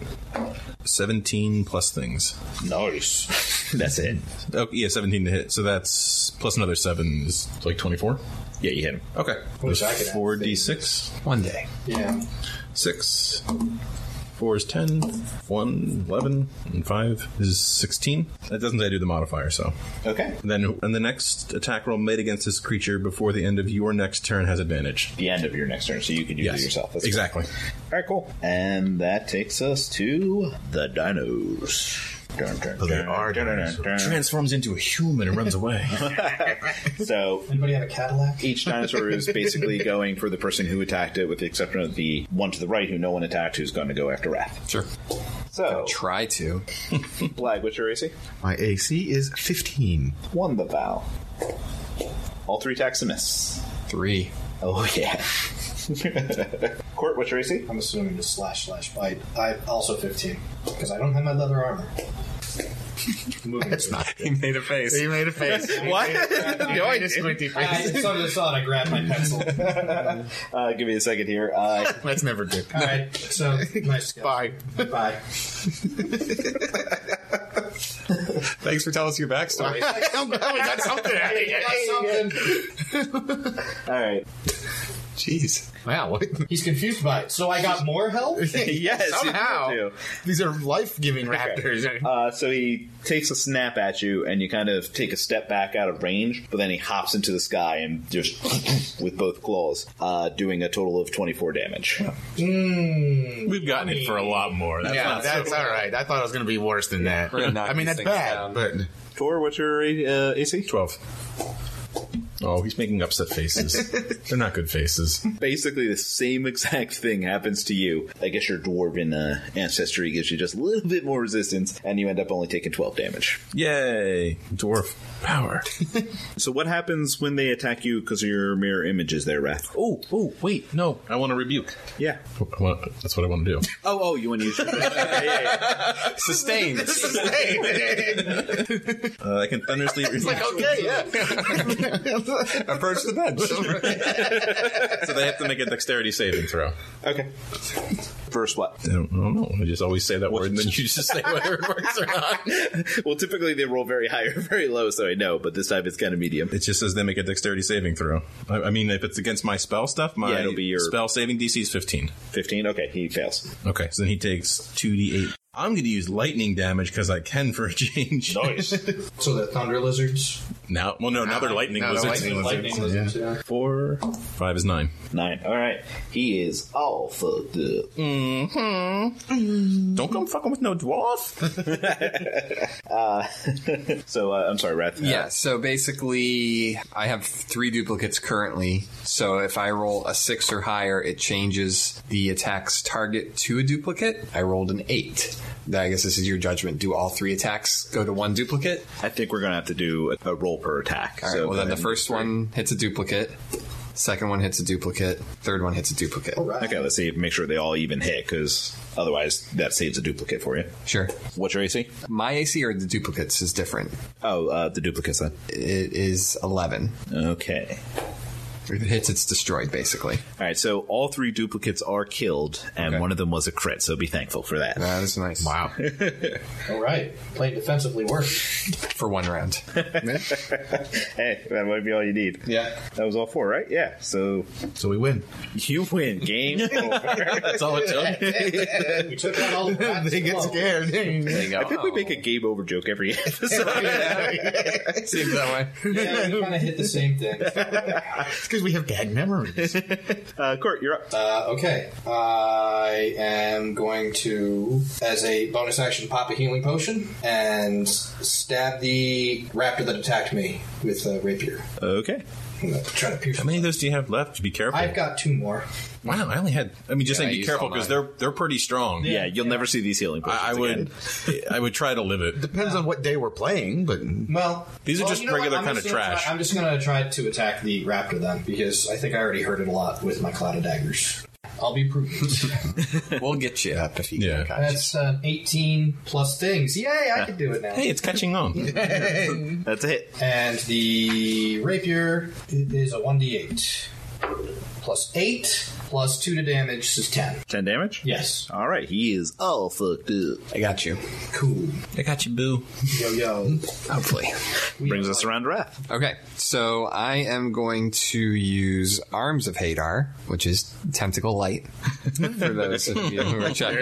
Speaker 3: Seventeen plus things.
Speaker 2: Nice. [LAUGHS] that's it.
Speaker 3: Oh, yeah, seventeen to hit. So that's plus another seven is like twenty-four.
Speaker 2: Yeah, you hit him.
Speaker 3: Okay,
Speaker 6: Wish I could have
Speaker 3: four d six.
Speaker 4: One day.
Speaker 6: Yeah.
Speaker 3: Six. Four is ten. One, eleven, and five is sixteen. That doesn't I do the modifier, so.
Speaker 2: Okay.
Speaker 3: Then, and the next attack roll made against this creature before the end of your next turn has advantage.
Speaker 2: The end of your next turn, so you can use it yourself. That's
Speaker 3: exactly.
Speaker 2: All right, cool. And that takes us to the dinos. Dun, dun,
Speaker 5: Oh, they
Speaker 2: dun,
Speaker 5: are
Speaker 2: dun, dun, dun,
Speaker 5: dinos.
Speaker 2: dun.
Speaker 3: Transforms into a human and runs
Speaker 6: [LAUGHS]
Speaker 3: away.
Speaker 2: [LAUGHS] So
Speaker 6: Anybody have a Cadillac?
Speaker 2: each dinosaur is basically [LAUGHS] going for the person who attacked it, with the exception of the one to the right who no one attacked, who's going to go after Wrath.
Speaker 4: Sure.
Speaker 2: So,
Speaker 4: Try to.
Speaker 2: Blag, what's your AC?
Speaker 5: My AC is 15.
Speaker 2: One the vow. All three attacks a miss.
Speaker 4: Three.
Speaker 2: Oh, yeah. [LAUGHS] Court, what's your AC?
Speaker 6: [LAUGHS] I'm assuming just slash slash bite. I also 15 because I don't have my leather armor. Moving it's not.
Speaker 4: He made a face.
Speaker 5: You made
Speaker 6: [LAUGHS]
Speaker 5: a face.
Speaker 2: What?
Speaker 5: no, I just squinty
Speaker 6: I
Speaker 5: face.
Speaker 6: sort of thought I grabbed my pencil. All
Speaker 2: Uh, give me a second here. Uh,
Speaker 5: That's never good.
Speaker 6: right, so nice.
Speaker 5: Bye.
Speaker 6: Bye.
Speaker 4: Thanks for telling us your backstory.
Speaker 5: [LAUGHS] I'm glad we got something out of
Speaker 6: I
Speaker 5: it.
Speaker 6: got something.
Speaker 2: all right.
Speaker 4: Jeez.
Speaker 5: Wow. [LAUGHS] what-
Speaker 6: He's confused by it. So I got more
Speaker 5: [LAUGHS]
Speaker 6: help.
Speaker 2: yes, you
Speaker 5: Somehow.
Speaker 2: do.
Speaker 5: These are life giving raptors.
Speaker 2: Uh, so he takes a snap at you, and you kind of take a step back out of range, but then he hops into the sky and just [LAUGHS] with both claws, uh, doing a total of 24 damage.
Speaker 6: Um,
Speaker 3: We've gotten it for a lot more. That's
Speaker 5: yeah, that's all right. I thought it was going to be worse than that.
Speaker 4: We're gonna knock
Speaker 5: I mean,
Speaker 4: these
Speaker 5: that's
Speaker 4: things
Speaker 5: bad,
Speaker 4: down.
Speaker 5: but [LAUGHS]
Speaker 2: Tor, what's your uh, AC?
Speaker 3: 12. Oh, he's making upset
Speaker 6: [LAUGHS]
Speaker 3: faces. They're not good faces.
Speaker 2: Basically, the same [LAUGHS] exact thing happens to you. I guess your dwarven uh, ancestry gives you just a little bit more resistance, and you end up only taking 12 damage.
Speaker 3: Yay. Dwarf power.
Speaker 2: So, what happens when they attack you because of your mirror images there, Wrath?
Speaker 3: Oh, oh, wait. No, I want to rebuke.
Speaker 2: [LAUGHS] Yeah.
Speaker 3: I wanna- that's what I want to do.
Speaker 2: Oh, oh, you want to use
Speaker 4: Sustained.
Speaker 2: [LAUGHS]
Speaker 3: Uh, I can thunderously rebuke.
Speaker 5: okay, yeah.
Speaker 3: [LAUGHS]
Speaker 4: Approach the bench.
Speaker 3: so they have to make a dexterity saving throw.
Speaker 2: Okay. First what?
Speaker 3: I don't, I don't know. I just always say that word, and then you just say whether it works or [LAUGHS] not.
Speaker 2: [LAUGHS] Well, typically they roll very high [LAUGHS] or very low, so I know, but this time it's kind of medium.
Speaker 3: It just says they make a dexterity saving throw. I, I mean, if it's against my spell stuff, my
Speaker 2: Yeah, it'll be your-
Speaker 3: spell saving DC is 15.
Speaker 2: 15? Okay, he fails.
Speaker 3: Okay, so then he takes 2d8. I'm going to use lightning damage because I can for a change.
Speaker 4: Oh,
Speaker 6: So the thunder lizards.
Speaker 3: [LAUGHS] now, well, no, now they're lightning
Speaker 5: Now they're
Speaker 3: wizards.
Speaker 5: lightning
Speaker 6: Lightning
Speaker 5: lizards,
Speaker 6: lizards. Yeah.
Speaker 3: Four, five is nine.
Speaker 2: [LAUGHS] Nine. All right. He is all fucked up.
Speaker 3: Don't come fucking with no
Speaker 4: [LAUGHS]
Speaker 3: dwarf.
Speaker 2: So, uh, I'm sorry, Wrath. Uh,
Speaker 4: [LAUGHS] Yeah, so basically, I have three duplicates currently. So if I roll a six or higher, it changes the attack's target to a duplicate. I rolled an eight. I guess this is your judgment. Do all three attacks go to one duplicate?
Speaker 2: I think we're going to have to do a, a roll per attack.
Speaker 4: All right,
Speaker 2: so
Speaker 4: well,
Speaker 2: go
Speaker 4: then the
Speaker 2: ahead.
Speaker 4: first one hits a duplicate. Second one hits a duplicate. Third one hits a duplicate.
Speaker 2: Okay, let's see. Make sure they all even hit, because otherwise that saves a duplicate for you.
Speaker 4: Sure.
Speaker 2: What's your AC?
Speaker 4: My AC or the duplicates is different.
Speaker 2: Oh, uh, the duplicates then.
Speaker 4: It is 11.
Speaker 2: Okay.
Speaker 4: If it hits, it's destroyed, basically.
Speaker 2: All right, so all three duplicates are killed, and
Speaker 4: Okay.
Speaker 2: one of them was a crit, so be thankful for that.
Speaker 4: That is nice. [LAUGHS]
Speaker 5: Wow.
Speaker 6: All right. Playing defensively worse.
Speaker 4: For one round.
Speaker 2: Hey, that might be all you need.
Speaker 6: Yeah.
Speaker 2: That was all four, right? Yeah. So
Speaker 5: So we win.
Speaker 2: you win. [LAUGHS] Game over.
Speaker 3: That's all it took.
Speaker 6: We took out all the rats.
Speaker 5: they get
Speaker 6: Whoa.
Speaker 5: scared.
Speaker 4: There you go.
Speaker 2: I think we make a
Speaker 4: Oh.
Speaker 2: game over joke every [LAUGHS] episode.
Speaker 4: Seems that way.
Speaker 6: Yeah, we kind of hit the same thing.
Speaker 5: It's because we have bad memories.
Speaker 2: uh, Court, you're up.
Speaker 6: Uh, okay. I am going to, as a bonus action, pop a healing potion and stab the raptor that attacked me with a rapier.
Speaker 2: Okay.
Speaker 6: I'm gonna try to pierce.
Speaker 3: How many of those do you have left? Be careful.
Speaker 6: I've got two more.
Speaker 3: wow, I only had. I mean, just
Speaker 4: Yeah, I
Speaker 3: saying, be
Speaker 4: used
Speaker 3: careful
Speaker 4: all
Speaker 3: because
Speaker 4: mine.
Speaker 3: they're they're pretty strong.
Speaker 2: Yeah, you'll never see these healing potions.
Speaker 3: I, I would,
Speaker 2: again.
Speaker 3: [LAUGHS] I would try to live it.
Speaker 5: Depends on what day we're playing, [LAUGHS] but
Speaker 6: Well,
Speaker 3: These are
Speaker 6: well,
Speaker 3: just
Speaker 6: you know what?
Speaker 3: regular
Speaker 6: I'm
Speaker 3: kinda
Speaker 6: just gonna
Speaker 3: trash.
Speaker 6: Try, I'm just gonna try to attack the raptor then, because I think I already hurt it a lot with my cloud of daggers. I'll be prudent. [LAUGHS]
Speaker 4: We'll get you up if you
Speaker 3: Yeah.
Speaker 4: can.
Speaker 6: That's uh, 18 plus things. Yay! I can do it now.
Speaker 3: Hey, it's catching
Speaker 4: [LAUGHS]
Speaker 3: on.
Speaker 2: That's a hit.
Speaker 6: And the rapier is a 1d8. Plus 8, plus 2 to damage is 10.
Speaker 2: 10 damage?
Speaker 6: Yes.
Speaker 2: All right, he is all fucked up.
Speaker 4: I got you.
Speaker 6: Cool.
Speaker 3: I got you, boo.
Speaker 6: Yo, yo.
Speaker 4: Hopefully.
Speaker 2: Brings us around to Wrath.
Speaker 4: Okay, so I am going to use Arms of Hadar, which is tentacle light. For those of you who are checking,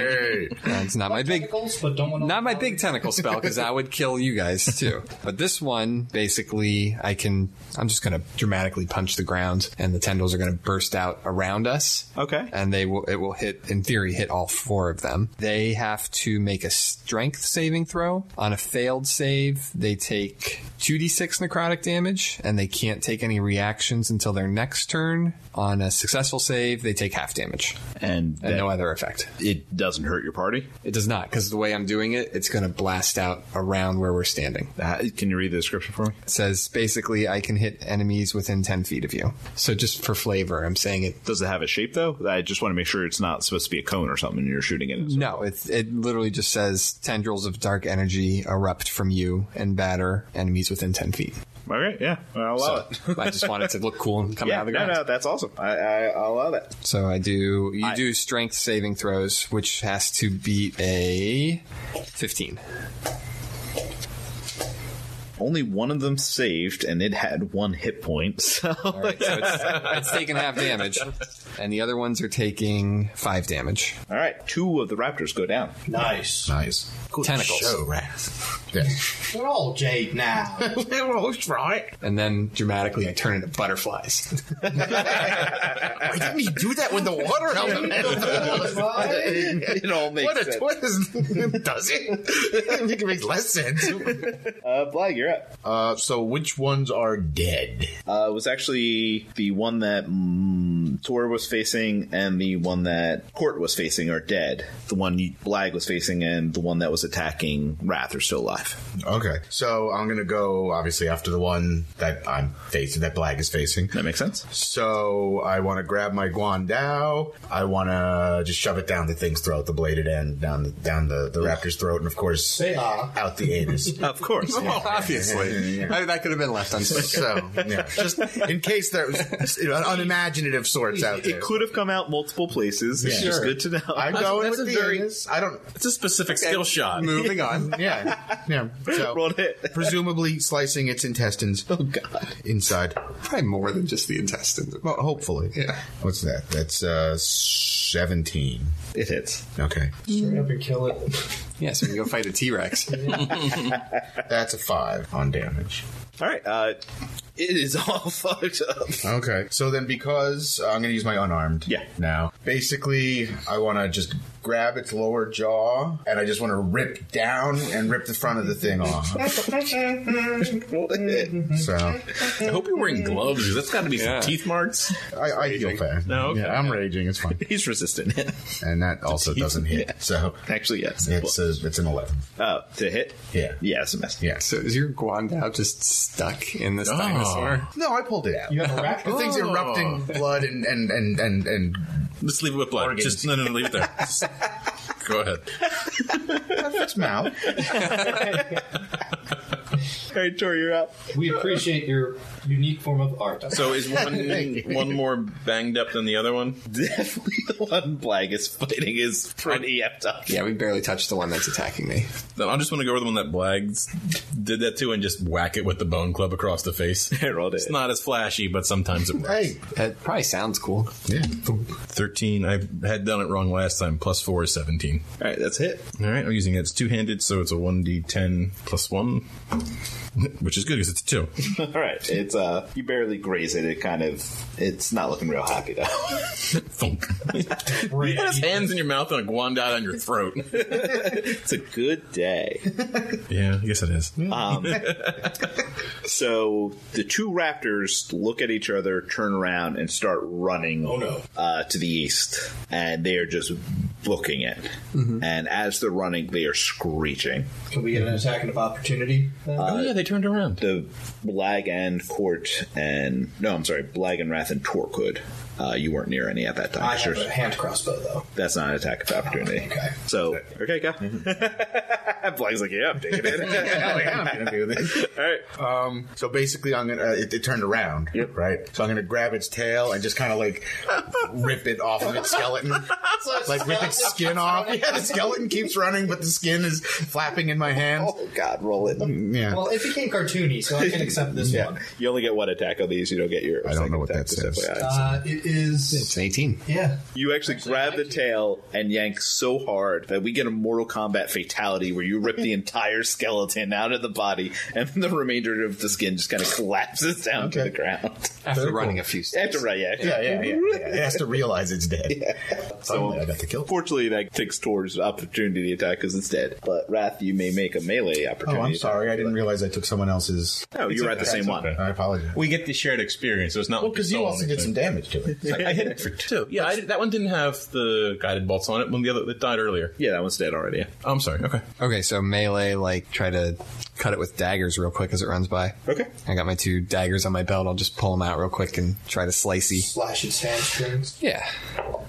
Speaker 4: Uh, it's not my big,
Speaker 6: Tentacles, but don't want to
Speaker 4: not my big tentacle spell because that would kill you guys
Speaker 6: [LAUGHS]
Speaker 4: too. But this one, basically, I can. I'm just going to dramatically punch the ground, and the tendrils tendrils are going to burst out around us.
Speaker 2: Okay.
Speaker 4: And they will, it will hit, in theory, hit all four of them. They have to make a strength saving throw. On a failed save, they take 2d6 necrotic damage and they can't take any reactions until their next turn. On a successful save, they take half damage
Speaker 2: And,
Speaker 4: and
Speaker 2: that-
Speaker 4: no other effect.
Speaker 2: it doesn't hurt your party.
Speaker 4: It does not, because the way I'm doing it, it's going to blast out around where we're standing.
Speaker 2: Uh, Can you read the description for me?
Speaker 4: It says basically, I can hit enemies within 10 feet of you. So just for flavor, I'm saying it.
Speaker 2: Does it have a shape though? I just want to make sure it's not supposed to be a cone or something and you're shooting it.
Speaker 4: No, it, it literally just says tendrils of dark energy erupt from you and batter enemies within 10 feet.
Speaker 2: All right, yeah, I allow it.
Speaker 4: So I just wanted to look cool and come
Speaker 2: Oh. Yeah,
Speaker 4: out of the
Speaker 2: no,
Speaker 4: ground.
Speaker 2: no, that's awesome. I, I, I love it.
Speaker 4: So I do, you
Speaker 2: I-
Speaker 4: do strength saving throws, which has to be a 15.
Speaker 2: Only one of them saved, and it had one hit point. [LAUGHS] So
Speaker 4: All right, so it's, it's taking half damage, and the other ones are taking five damage.
Speaker 2: All right, two of the raptors go down.
Speaker 6: Nice.
Speaker 5: Nice. Good
Speaker 4: Tentacles.
Speaker 5: Show, Raph. Yeah.
Speaker 6: We're all Jade now.
Speaker 5: They're all right.
Speaker 4: And then dramatically, I turn into [LAUGHS] butterflies.
Speaker 5: Why didn't he do that with
Speaker 6: [LAUGHS]
Speaker 5: the water element?
Speaker 2: it all makes
Speaker 5: what a twist. Does it? I think it makes less sense.
Speaker 2: Uh, Blag, you're up.
Speaker 5: [LAUGHS] Uh, so which ones are dead?
Speaker 2: Uh, it was actually the one that mm, Tor was facing and the one that Court was facing are dead. The one you- Blag was facing and the one that was attacking Wrath are still alive.
Speaker 5: Okay. So I'm going to go, obviously, after the one that I'm facing, that Black is facing.
Speaker 2: That makes sense.
Speaker 5: So I want to grab my Guandao. I want to just shove it down the thing's throat, the bladed end, down the, down the, the raptor's throat, and of course,
Speaker 6: Say ah.
Speaker 5: out the [LAUGHS] anus.
Speaker 2: Of course.
Speaker 4: well, Oh, obviously, I- that could have been left unspoken.
Speaker 5: so, yeah, just in case there was you know, unimaginative sorts out there.
Speaker 2: It [LAUGHS] could have come out multiple places. It's
Speaker 5: Yeah.
Speaker 2: just
Speaker 5: Sure.
Speaker 2: good to know. [LAUGHS]
Speaker 5: I'm going
Speaker 3: that's
Speaker 5: with
Speaker 3: a
Speaker 5: the
Speaker 3: very-
Speaker 5: anus. I don't.
Speaker 3: It's a specific skill shot.
Speaker 4: Moving on. [LAUGHS]
Speaker 5: Yeah, yeah. So,
Speaker 2: Roll it.
Speaker 5: presumably slicing its intestines. Oh God! Inside.
Speaker 4: Probably more than just the intestines.
Speaker 5: Well, hopefully.
Speaker 4: Yeah.
Speaker 5: What's that? That's uh, seventeen.
Speaker 2: It hits.
Speaker 5: Okay.
Speaker 6: Straight up and kill it.
Speaker 4: Yeah, so we go fight a T [LAUGHS] Rex.
Speaker 5: That's a five on damage.
Speaker 2: All right. Uh, it is [LAUGHS] all fucked
Speaker 5: [LAUGHS]
Speaker 2: up.
Speaker 5: Okay. So then, because I'm going to use my unarmed.
Speaker 2: Yeah.
Speaker 5: Now, basically, I want to just grab its lower jaw, and I just want to rip down and rip the front of the thing off.
Speaker 4: [LAUGHS]
Speaker 3: [LAUGHS]
Speaker 5: so
Speaker 3: I hope you're wearing gloves. 'cause That's got to be
Speaker 4: Yeah.
Speaker 3: some teeth marks.
Speaker 5: I, I feel bad.
Speaker 2: No, okay.
Speaker 5: Yeah, I'm raging. It's [LAUGHS] fine.
Speaker 2: He's resistant. [LAUGHS]
Speaker 5: And that also doesn't hit. So
Speaker 2: Actually, yes.
Speaker 5: it's a, it's an eleven.
Speaker 2: Uh, to hit?
Speaker 5: Yeah.
Speaker 2: Yeah, it's a mess.
Speaker 5: Yeah.
Speaker 4: So is your Guandao just stuck in this dinosaur?
Speaker 5: No, I pulled it out. Oh.
Speaker 6: You have a raptor?
Speaker 5: The thing's erupting blood and and and and, and
Speaker 3: Just leave it with blood.
Speaker 5: Organs.
Speaker 3: Just no, no, no, leave it
Speaker 4: [LAUGHS]
Speaker 3: there. Just- go ahead.
Speaker 5: its mouth.
Speaker 2: All right, Tor, you're up.
Speaker 6: We appreciate your unique form of art.
Speaker 3: So is
Speaker 4: [LAUGHS]
Speaker 3: one one more banged up than the other one?
Speaker 2: [LAUGHS] Definitely the one Blag is fighting is pretty effed up.
Speaker 4: Yeah, we barely touched the one that's attacking me.
Speaker 3: Then I just want to go with the one that Blags did that to and just whack it with the bone club across the face.
Speaker 2: rolled [LAUGHS] it.
Speaker 3: It's not as flashy, but sometimes it works.
Speaker 5: Hey.
Speaker 4: That probably sounds cool.
Speaker 5: Yeah.
Speaker 3: 13. I had done it wrong last time. Plus 4 is 17.
Speaker 2: All right, that's a hit.
Speaker 3: All right, I'm using it. It's two handed, so it's a 1d10 plus 1, [LAUGHS] which is good because it's a 2.
Speaker 2: All right, it's uh, you barely graze it. It kind of, it's not looking real happy though. [LAUGHS]
Speaker 3: Thunk. [LAUGHS]
Speaker 6: Great.
Speaker 3: Put his hands in your mouth and a guandad on your throat.
Speaker 5: [LAUGHS]
Speaker 2: it's a good day.
Speaker 3: yeah, I guess it is.
Speaker 2: So the two raptors look at each other, turn around, and start running.
Speaker 6: Oh, no.
Speaker 2: Uh, to the east, and they are just booking it.
Speaker 3: Mm-hmm.
Speaker 2: And as they're running, they are screeching. Uh,
Speaker 6: Can we get an attack of opportunity? then?
Speaker 3: oh, yeah, they turned around.
Speaker 2: The Blag and Court and no, I'm sorry, Blag and Wrath and Torquid. Uh, you weren't near any at that time.
Speaker 6: I
Speaker 2: Sure.
Speaker 6: have a hand crossbow, though.
Speaker 2: That's not an attack of opportunity.
Speaker 6: Okay.
Speaker 2: So okay, go.
Speaker 3: Mm-hmm.
Speaker 2: [LAUGHS] Blag's like, yeah, I'm taking it.
Speaker 5: Oh, I'm gonna do [LAUGHS] this.
Speaker 2: All right.
Speaker 5: Um, so basically, I'm gonna. Uh, it, it turned around,
Speaker 2: Yep.
Speaker 5: right? So I'm gonna grab its tail and just kind of like rip it off of its [LAUGHS] skeleton, like rip its skin off. [LAUGHS] Yeah, the skeleton keeps running, but the skin is flapping in my hands.
Speaker 2: Oh God, roll it.
Speaker 5: Yeah,
Speaker 6: Well, it became cartoony, so I can accept this one.
Speaker 2: You only get one attack on these. You don't get your.
Speaker 5: I don't know what
Speaker 2: second
Speaker 5: that
Speaker 2: attack,
Speaker 5: says.
Speaker 2: just FYI.
Speaker 6: Uh, it, is
Speaker 4: It's an 18.
Speaker 6: yeah.
Speaker 2: You actually grab the tail and yank so hard that we get a Mortal Kombat fatality where you rip the entire skeleton out of the body and the remainder of the skin just kind of collapses down to the ground. [LAUGHS]
Speaker 4: After running a few steps.
Speaker 2: After right, yeah.
Speaker 5: Yeah, yeah, yeah. yeah. It has to realize it's dead. Suddenly, I got to kill. it.
Speaker 2: Fortunately, that takes towards opportunity attack because it's dead. But Wrath, you may make a melee
Speaker 5: Oh,
Speaker 2: opportunity.
Speaker 5: I'm
Speaker 2: attack.
Speaker 5: sorry. I didn't realize I took someone else's.
Speaker 2: No, you were at the same one.
Speaker 5: I apologize.
Speaker 3: We get the shared experience, so it's not
Speaker 5: Well,
Speaker 3: like it's
Speaker 5: because you
Speaker 3: stolen
Speaker 5: also
Speaker 3: or
Speaker 5: did some
Speaker 3: anything.
Speaker 5: damage to it.
Speaker 3: I hit it for two. Yeah, I did, that one didn't have the guided bolts on it. When the other it died earlier.
Speaker 2: Yeah, that one's dead already.
Speaker 3: Oh, I'm sorry. Okay.
Speaker 4: Okay, so melee, like, try to cut it with daggers real quick as it runs by.
Speaker 2: Okay.
Speaker 4: I got my two daggers on my belt. I'll just pull them out real quick and try to slicey.
Speaker 6: Slash its hamstrings.
Speaker 4: Yeah.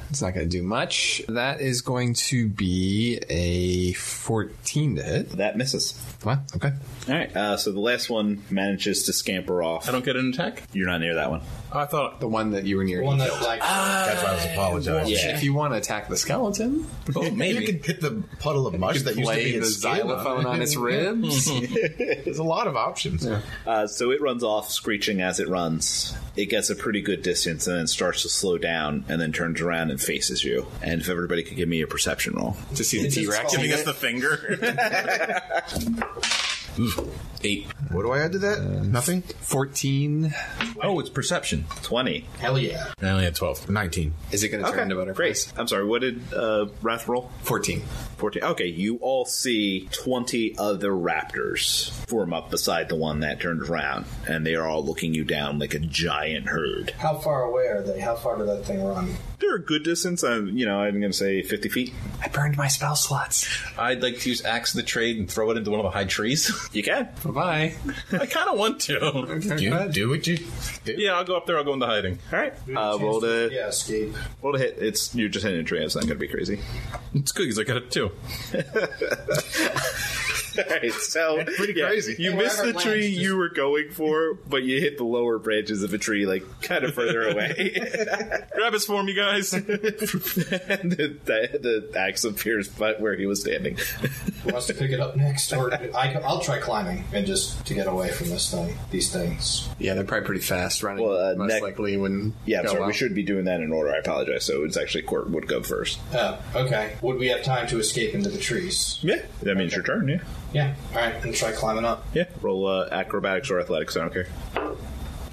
Speaker 4: It's not going to do much. That is going to be a 14 to hit.
Speaker 2: That misses.
Speaker 4: Wow, okay.
Speaker 2: All right. Uh, so the last one manages to scamper off.
Speaker 3: I don't get an attack.
Speaker 2: You're not near that one.
Speaker 3: I thought.
Speaker 4: The one that you were near.
Speaker 6: The one that like
Speaker 5: That's why I was apologizing.
Speaker 2: Yeah.
Speaker 4: If you want to attack the skeleton, [LAUGHS]
Speaker 3: Oh,
Speaker 5: You
Speaker 3: maybe.
Speaker 5: can hit the puddle of mush that used to
Speaker 4: lay
Speaker 5: be
Speaker 4: the
Speaker 5: its skin
Speaker 4: xylophone on [LAUGHS] its ribs.
Speaker 5: [LAUGHS] There's a lot of options.
Speaker 2: Uh, so it runs off, screeching as it runs. It gets a pretty good distance and then starts to slow down and then turns around and faces you. And if everybody could give me a perception roll.
Speaker 4: to see the T Rex.
Speaker 3: [LAUGHS] Giving us the finger. Eight.
Speaker 5: What do I add to that? Nothing.
Speaker 4: 14.
Speaker 3: Oh, it's perception.
Speaker 2: 20.
Speaker 6: hell yeah.
Speaker 3: I only had twelve.
Speaker 5: Nineteen.
Speaker 4: Is it going to turn into Butterface?
Speaker 2: I'm sorry, what did uh, Wrath roll?
Speaker 4: 14.
Speaker 2: 14. Okay, you all
Speaker 3: [LAUGHS]
Speaker 2: see 20 other raptors form up beside the one that turns around. And they are all looking you down like a giant herd.
Speaker 6: How far away are they? How far did that thing run?
Speaker 2: They're a good distance. I'm, you know, I'm going to say 50 feet.
Speaker 4: I burned my spell slots.
Speaker 3: I'd like to use axe of the trade and throw it into one of the high trees. [LAUGHS]
Speaker 2: You can.
Speaker 4: Bye bye.
Speaker 3: I kind of want to.
Speaker 5: You do what you. Do.
Speaker 3: Yeah, I'll go up there. I'll go into hiding.
Speaker 2: All right. Uh, roll to
Speaker 6: Yeah, escape.
Speaker 2: roll to hit. It's you're just hitting a tree. It's not going to be crazy.
Speaker 3: It's good because I got it too.
Speaker 2: Alright, [LAUGHS] so
Speaker 5: pretty crazy.
Speaker 2: You
Speaker 6: Hey,
Speaker 2: missed the
Speaker 6: whatever
Speaker 2: tree
Speaker 6: lands,
Speaker 2: you were going for, but you hit the lower branches of a tree, like kind of further away. [LAUGHS]
Speaker 3: Grab his form, you guys.
Speaker 2: and the, the, the axe appears but where he was standing.
Speaker 6: Who wants to pick it up next? Or I, will try climbing and just to get away from this thing, these things.
Speaker 4: Yeah, they're probably pretty fast running.
Speaker 2: Well, uh,
Speaker 4: most
Speaker 2: neck-
Speaker 4: likely when.
Speaker 2: Yeah, I'm
Speaker 5: Oh,
Speaker 4: go
Speaker 2: sorry.
Speaker 4: well.
Speaker 2: We should be doing that in order. I apologize. So it's actually Court would go first.
Speaker 6: Oh, okay. Would we have time to escape into the trees?
Speaker 2: Yeah, that means your turn. Yeah,
Speaker 6: Yeah. All right, and try climbing up.
Speaker 2: yeah. Roll uh, acrobatics or athletics. I don't care.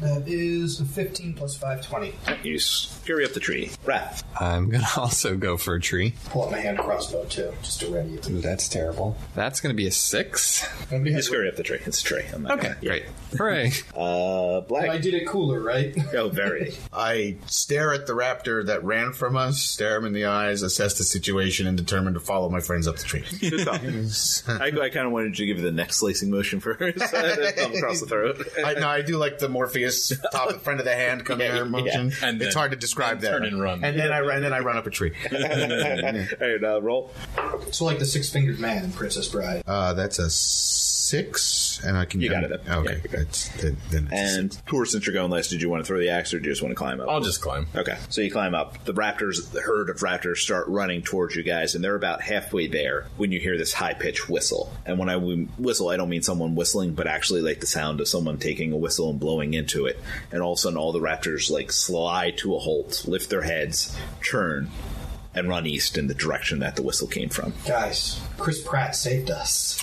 Speaker 6: That is a 15 plus 5, 20.
Speaker 2: You scurry up the tree. Wrath.
Speaker 4: I'm going to [LAUGHS] also go for a tree.
Speaker 6: Pull out my hand crossbow too, just to ready it.
Speaker 4: That's terrible. That's going to be a six.
Speaker 6: Nobody
Speaker 2: You
Speaker 6: has.
Speaker 2: scurry up the tree. It's a tree. I'm not
Speaker 4: Okay,
Speaker 2: gonna-
Speaker 4: great. Hooray.
Speaker 2: Uh,
Speaker 6: I
Speaker 2: black.
Speaker 6: did it cooler, right?
Speaker 2: Oh, very.
Speaker 5: I stare at the raptor that ran from us, stare him in the eyes, assess the situation, and determine to follow my friends up the tree.
Speaker 2: Good thought. I, I kind of wanted you to give you the neck slicing motion first. [LAUGHS] Thumb across the throat. [LAUGHS]
Speaker 5: I, no, I do like the Morpheus top of front of the hand come
Speaker 2: Yeah,
Speaker 5: here motion.
Speaker 2: yeah.
Speaker 3: And
Speaker 5: it's
Speaker 3: then-
Speaker 5: hard to describe
Speaker 3: and
Speaker 5: that.
Speaker 3: turn and run.
Speaker 5: And then I run. And then I run up a tree.
Speaker 2: All right, uh, roll.
Speaker 6: so like the six fingered man in Princess Bride.
Speaker 5: Uh, that's a six, and I can.
Speaker 2: You got it.
Speaker 5: Okay,
Speaker 2: Yeah.
Speaker 5: that's then, then it's a
Speaker 2: And Tour, since you're going last, did you want to throw the axe or do you just want to climb up?
Speaker 3: [LAUGHS] I'll just climb.
Speaker 2: Okay, so you climb up. The raptors, the herd of raptors, start running towards you guys, and they're about halfway there when you hear this high pitched whistle. And when I whi- whistle, I don't mean someone whistling, but actually like the sound of someone taking a whistle and blowing into it. And all of a sudden, all the raptors like slide to a halt, lift their heads, turn, and run east in the direction that the whistle came from.
Speaker 6: Guys, Chris Pratt saved us.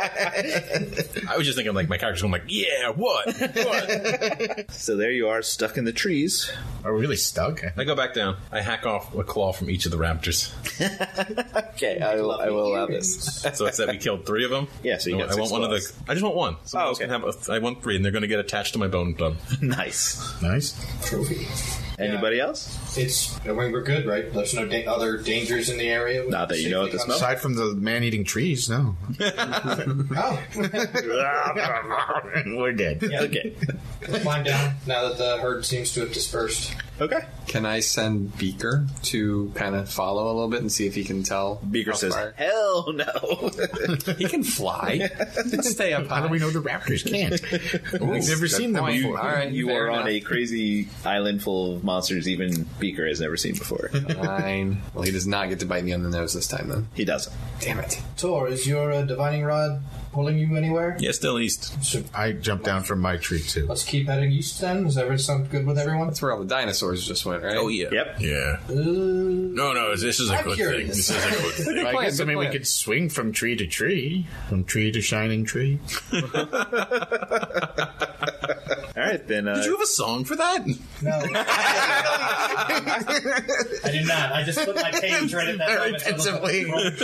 Speaker 3: I was just thinking, like, my character's going, like, yeah, what?
Speaker 2: [LAUGHS]
Speaker 3: What?
Speaker 2: So there you are, stuck in the trees.
Speaker 5: six. Are we really stuck?
Speaker 3: I go back down. I hack off a claw from each of the raptors.
Speaker 2: Okay, I will, I will allow this.
Speaker 3: So it's that we killed three of them.
Speaker 2: Yeah, so you
Speaker 3: I,
Speaker 2: got
Speaker 3: I want
Speaker 2: six
Speaker 3: one of the.
Speaker 2: claws.
Speaker 3: I just want one. Someone
Speaker 2: Oh,
Speaker 3: else
Speaker 2: okay.
Speaker 3: can have. A, I want three, and they're going to get attached to my bone club.
Speaker 2: [LAUGHS] nice.
Speaker 5: Nice.
Speaker 6: Trophy.
Speaker 2: Anybody else?
Speaker 6: It's. I mean, we're good, right? There's no da- other dangers in the area.
Speaker 2: Not that you know at this moment.
Speaker 5: Aside from the man-eating trees, no.
Speaker 6: Oh,
Speaker 5: We're dead.
Speaker 2: Okay.
Speaker 6: let's climb down now that the herd seems to have dispersed.
Speaker 2: [LAUGHS] Okay.
Speaker 4: Can I send Beaker to kind of follow a little bit and see if he can tell?
Speaker 2: Beaker
Speaker 4: how
Speaker 2: says,
Speaker 4: far?
Speaker 2: "Hell no." [LAUGHS]
Speaker 4: he can [LAUGHS] fly. He can stay up high.
Speaker 5: How do we know the raptors can't?
Speaker 2: [LAUGHS]
Speaker 5: We've never
Speaker 4: good
Speaker 5: seen them
Speaker 4: point.
Speaker 5: before.
Speaker 4: All right,
Speaker 2: you
Speaker 4: fair
Speaker 2: are on a
Speaker 4: enough.
Speaker 2: crazy island full of monsters. Even Beaker has never seen
Speaker 3: [LAUGHS]
Speaker 2: before.
Speaker 4: Fine. Well, he does not get to bite me on the nose this time, then.
Speaker 2: he doesn't.
Speaker 4: Damn it.
Speaker 6: Tor, is your uh, divining rod pulling you anywhere?
Speaker 3: Yeah, still east.
Speaker 5: I jumped down from my tree too.
Speaker 6: Let's keep heading east then. Does that sound good with everyone?
Speaker 4: That's where all the dinosaurs just went, right? Oh, yeah.
Speaker 2: Yep.
Speaker 3: Yeah.
Speaker 6: Uh,
Speaker 3: No, no, this is a
Speaker 6: I'm
Speaker 3: good thing.
Speaker 6: curious.
Speaker 3: This is a good thing.
Speaker 4: Good
Speaker 5: I
Speaker 4: plan,
Speaker 5: guess I
Speaker 4: good
Speaker 5: mean we
Speaker 4: plan.
Speaker 5: could swing from tree to tree, from tree to
Speaker 2: [LAUGHS]
Speaker 5: shining tree.
Speaker 2: All right, then. Uh,
Speaker 3: Did you have a song for that?
Speaker 6: [LAUGHS] no. I did not. I just put my page right at that
Speaker 5: Very
Speaker 6: moment. so it
Speaker 5: [LAUGHS] pensively.
Speaker 6: looks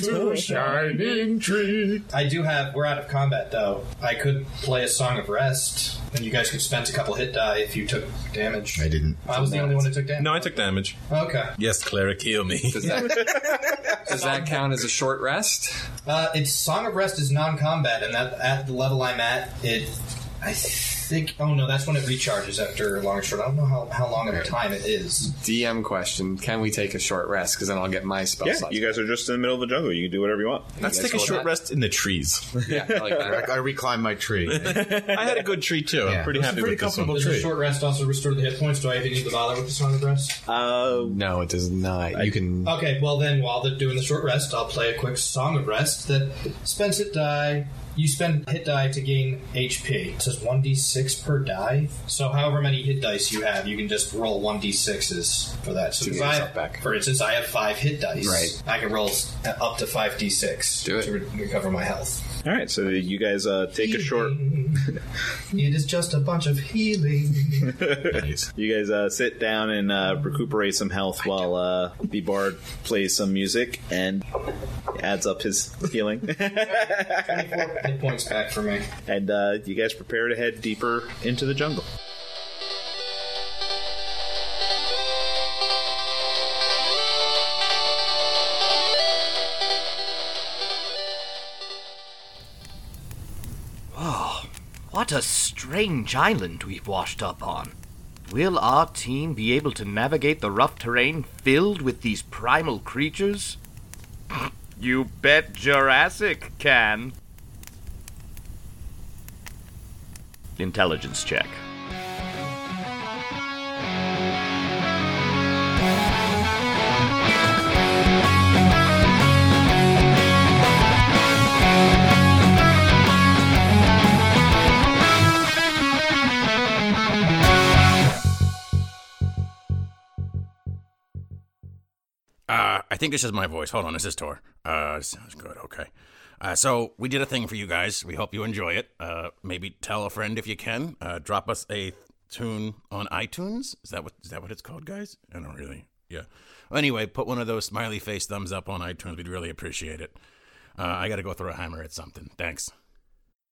Speaker 2: [LAUGHS]
Speaker 5: To shining tree.
Speaker 6: I do have. We're out of combat though. I could play a song of rest, and you guys could spend a couple hit die if you took damage.
Speaker 5: I didn't.
Speaker 2: Uh,
Speaker 6: I was the only one who took damage.
Speaker 3: No, I took damage.
Speaker 6: Okay.
Speaker 3: Yes, Clara, kill me.
Speaker 4: Does that, does that count as a short rest?
Speaker 6: Uh, it's Song of Rest is non-combat, and that at the level I'm at, it. I think. Oh no, that's when it recharges after a long or short. I don't know how, how long of a time it is.
Speaker 4: DM question: Can we take a short rest? Because then I'll get my spell
Speaker 2: yeah,
Speaker 4: slots.
Speaker 2: you guys are just in the middle of the jungle. You can do whatever you want.
Speaker 3: Let's
Speaker 4: guys
Speaker 3: take a
Speaker 4: hold
Speaker 3: short
Speaker 4: that?
Speaker 3: rest in the trees.
Speaker 4: yeah, I
Speaker 2: [LAUGHS]
Speaker 4: like that.
Speaker 5: I, I reclined my tree.
Speaker 3: I had a good tree too.
Speaker 5: Yeah.
Speaker 3: I'm pretty
Speaker 5: This
Speaker 3: happy
Speaker 5: pretty
Speaker 3: with this
Speaker 5: comfortable
Speaker 3: one.
Speaker 6: Does a short rest also restore the hit points? Do I even need to bother with the Song of Rest?
Speaker 2: Uh,
Speaker 4: No, it does not. You can.
Speaker 6: Okay, well then, while they're doing the short rest, I'll play a quick Song of Rest that spends hit die. You spend hit die to gain HP. It says 1d6 per die. So, however many hit dice you have, you can just roll 1d6s for that. So,
Speaker 4: To
Speaker 6: if
Speaker 4: get
Speaker 6: I-
Speaker 4: yourself back.
Speaker 6: for instance, I have five hit dice.
Speaker 4: Right.
Speaker 6: I can roll s- up to 5d6
Speaker 4: Do it.
Speaker 6: to re- recover my health.
Speaker 2: all right, so you guys uh, take a short.
Speaker 6: [LAUGHS] It is just a bunch
Speaker 4: [LAUGHS]
Speaker 6: of healing.
Speaker 2: You guys uh, sit down and uh, recuperate some health while uh, the bard plays some music and adds up his healing. [LAUGHS]
Speaker 6: hit points back for me.
Speaker 2: and uh, you guys prepare to head deeper into the jungle.
Speaker 1: What a strange island we've washed up on. Will our team be able to navigate the rough terrain filled with these primal creatures? [LAUGHS] You bet Jurassic can. Intelligence check.
Speaker 7: Uh, I think this is my voice. Hold on, is this Tor? Uh, sounds good. Okay. Uh, so we did a thing for you guys. We hope you enjoy it. Uh, maybe tell a friend if you can. Uh, drop us a tune on iTunes. Is that what is that what it's called, guys? I don't really. Yeah. Anyway, put one of those smiley face thumbs up on iTunes. We'd really appreciate it. Uh, I got to go throw a hammer at something. Thanks.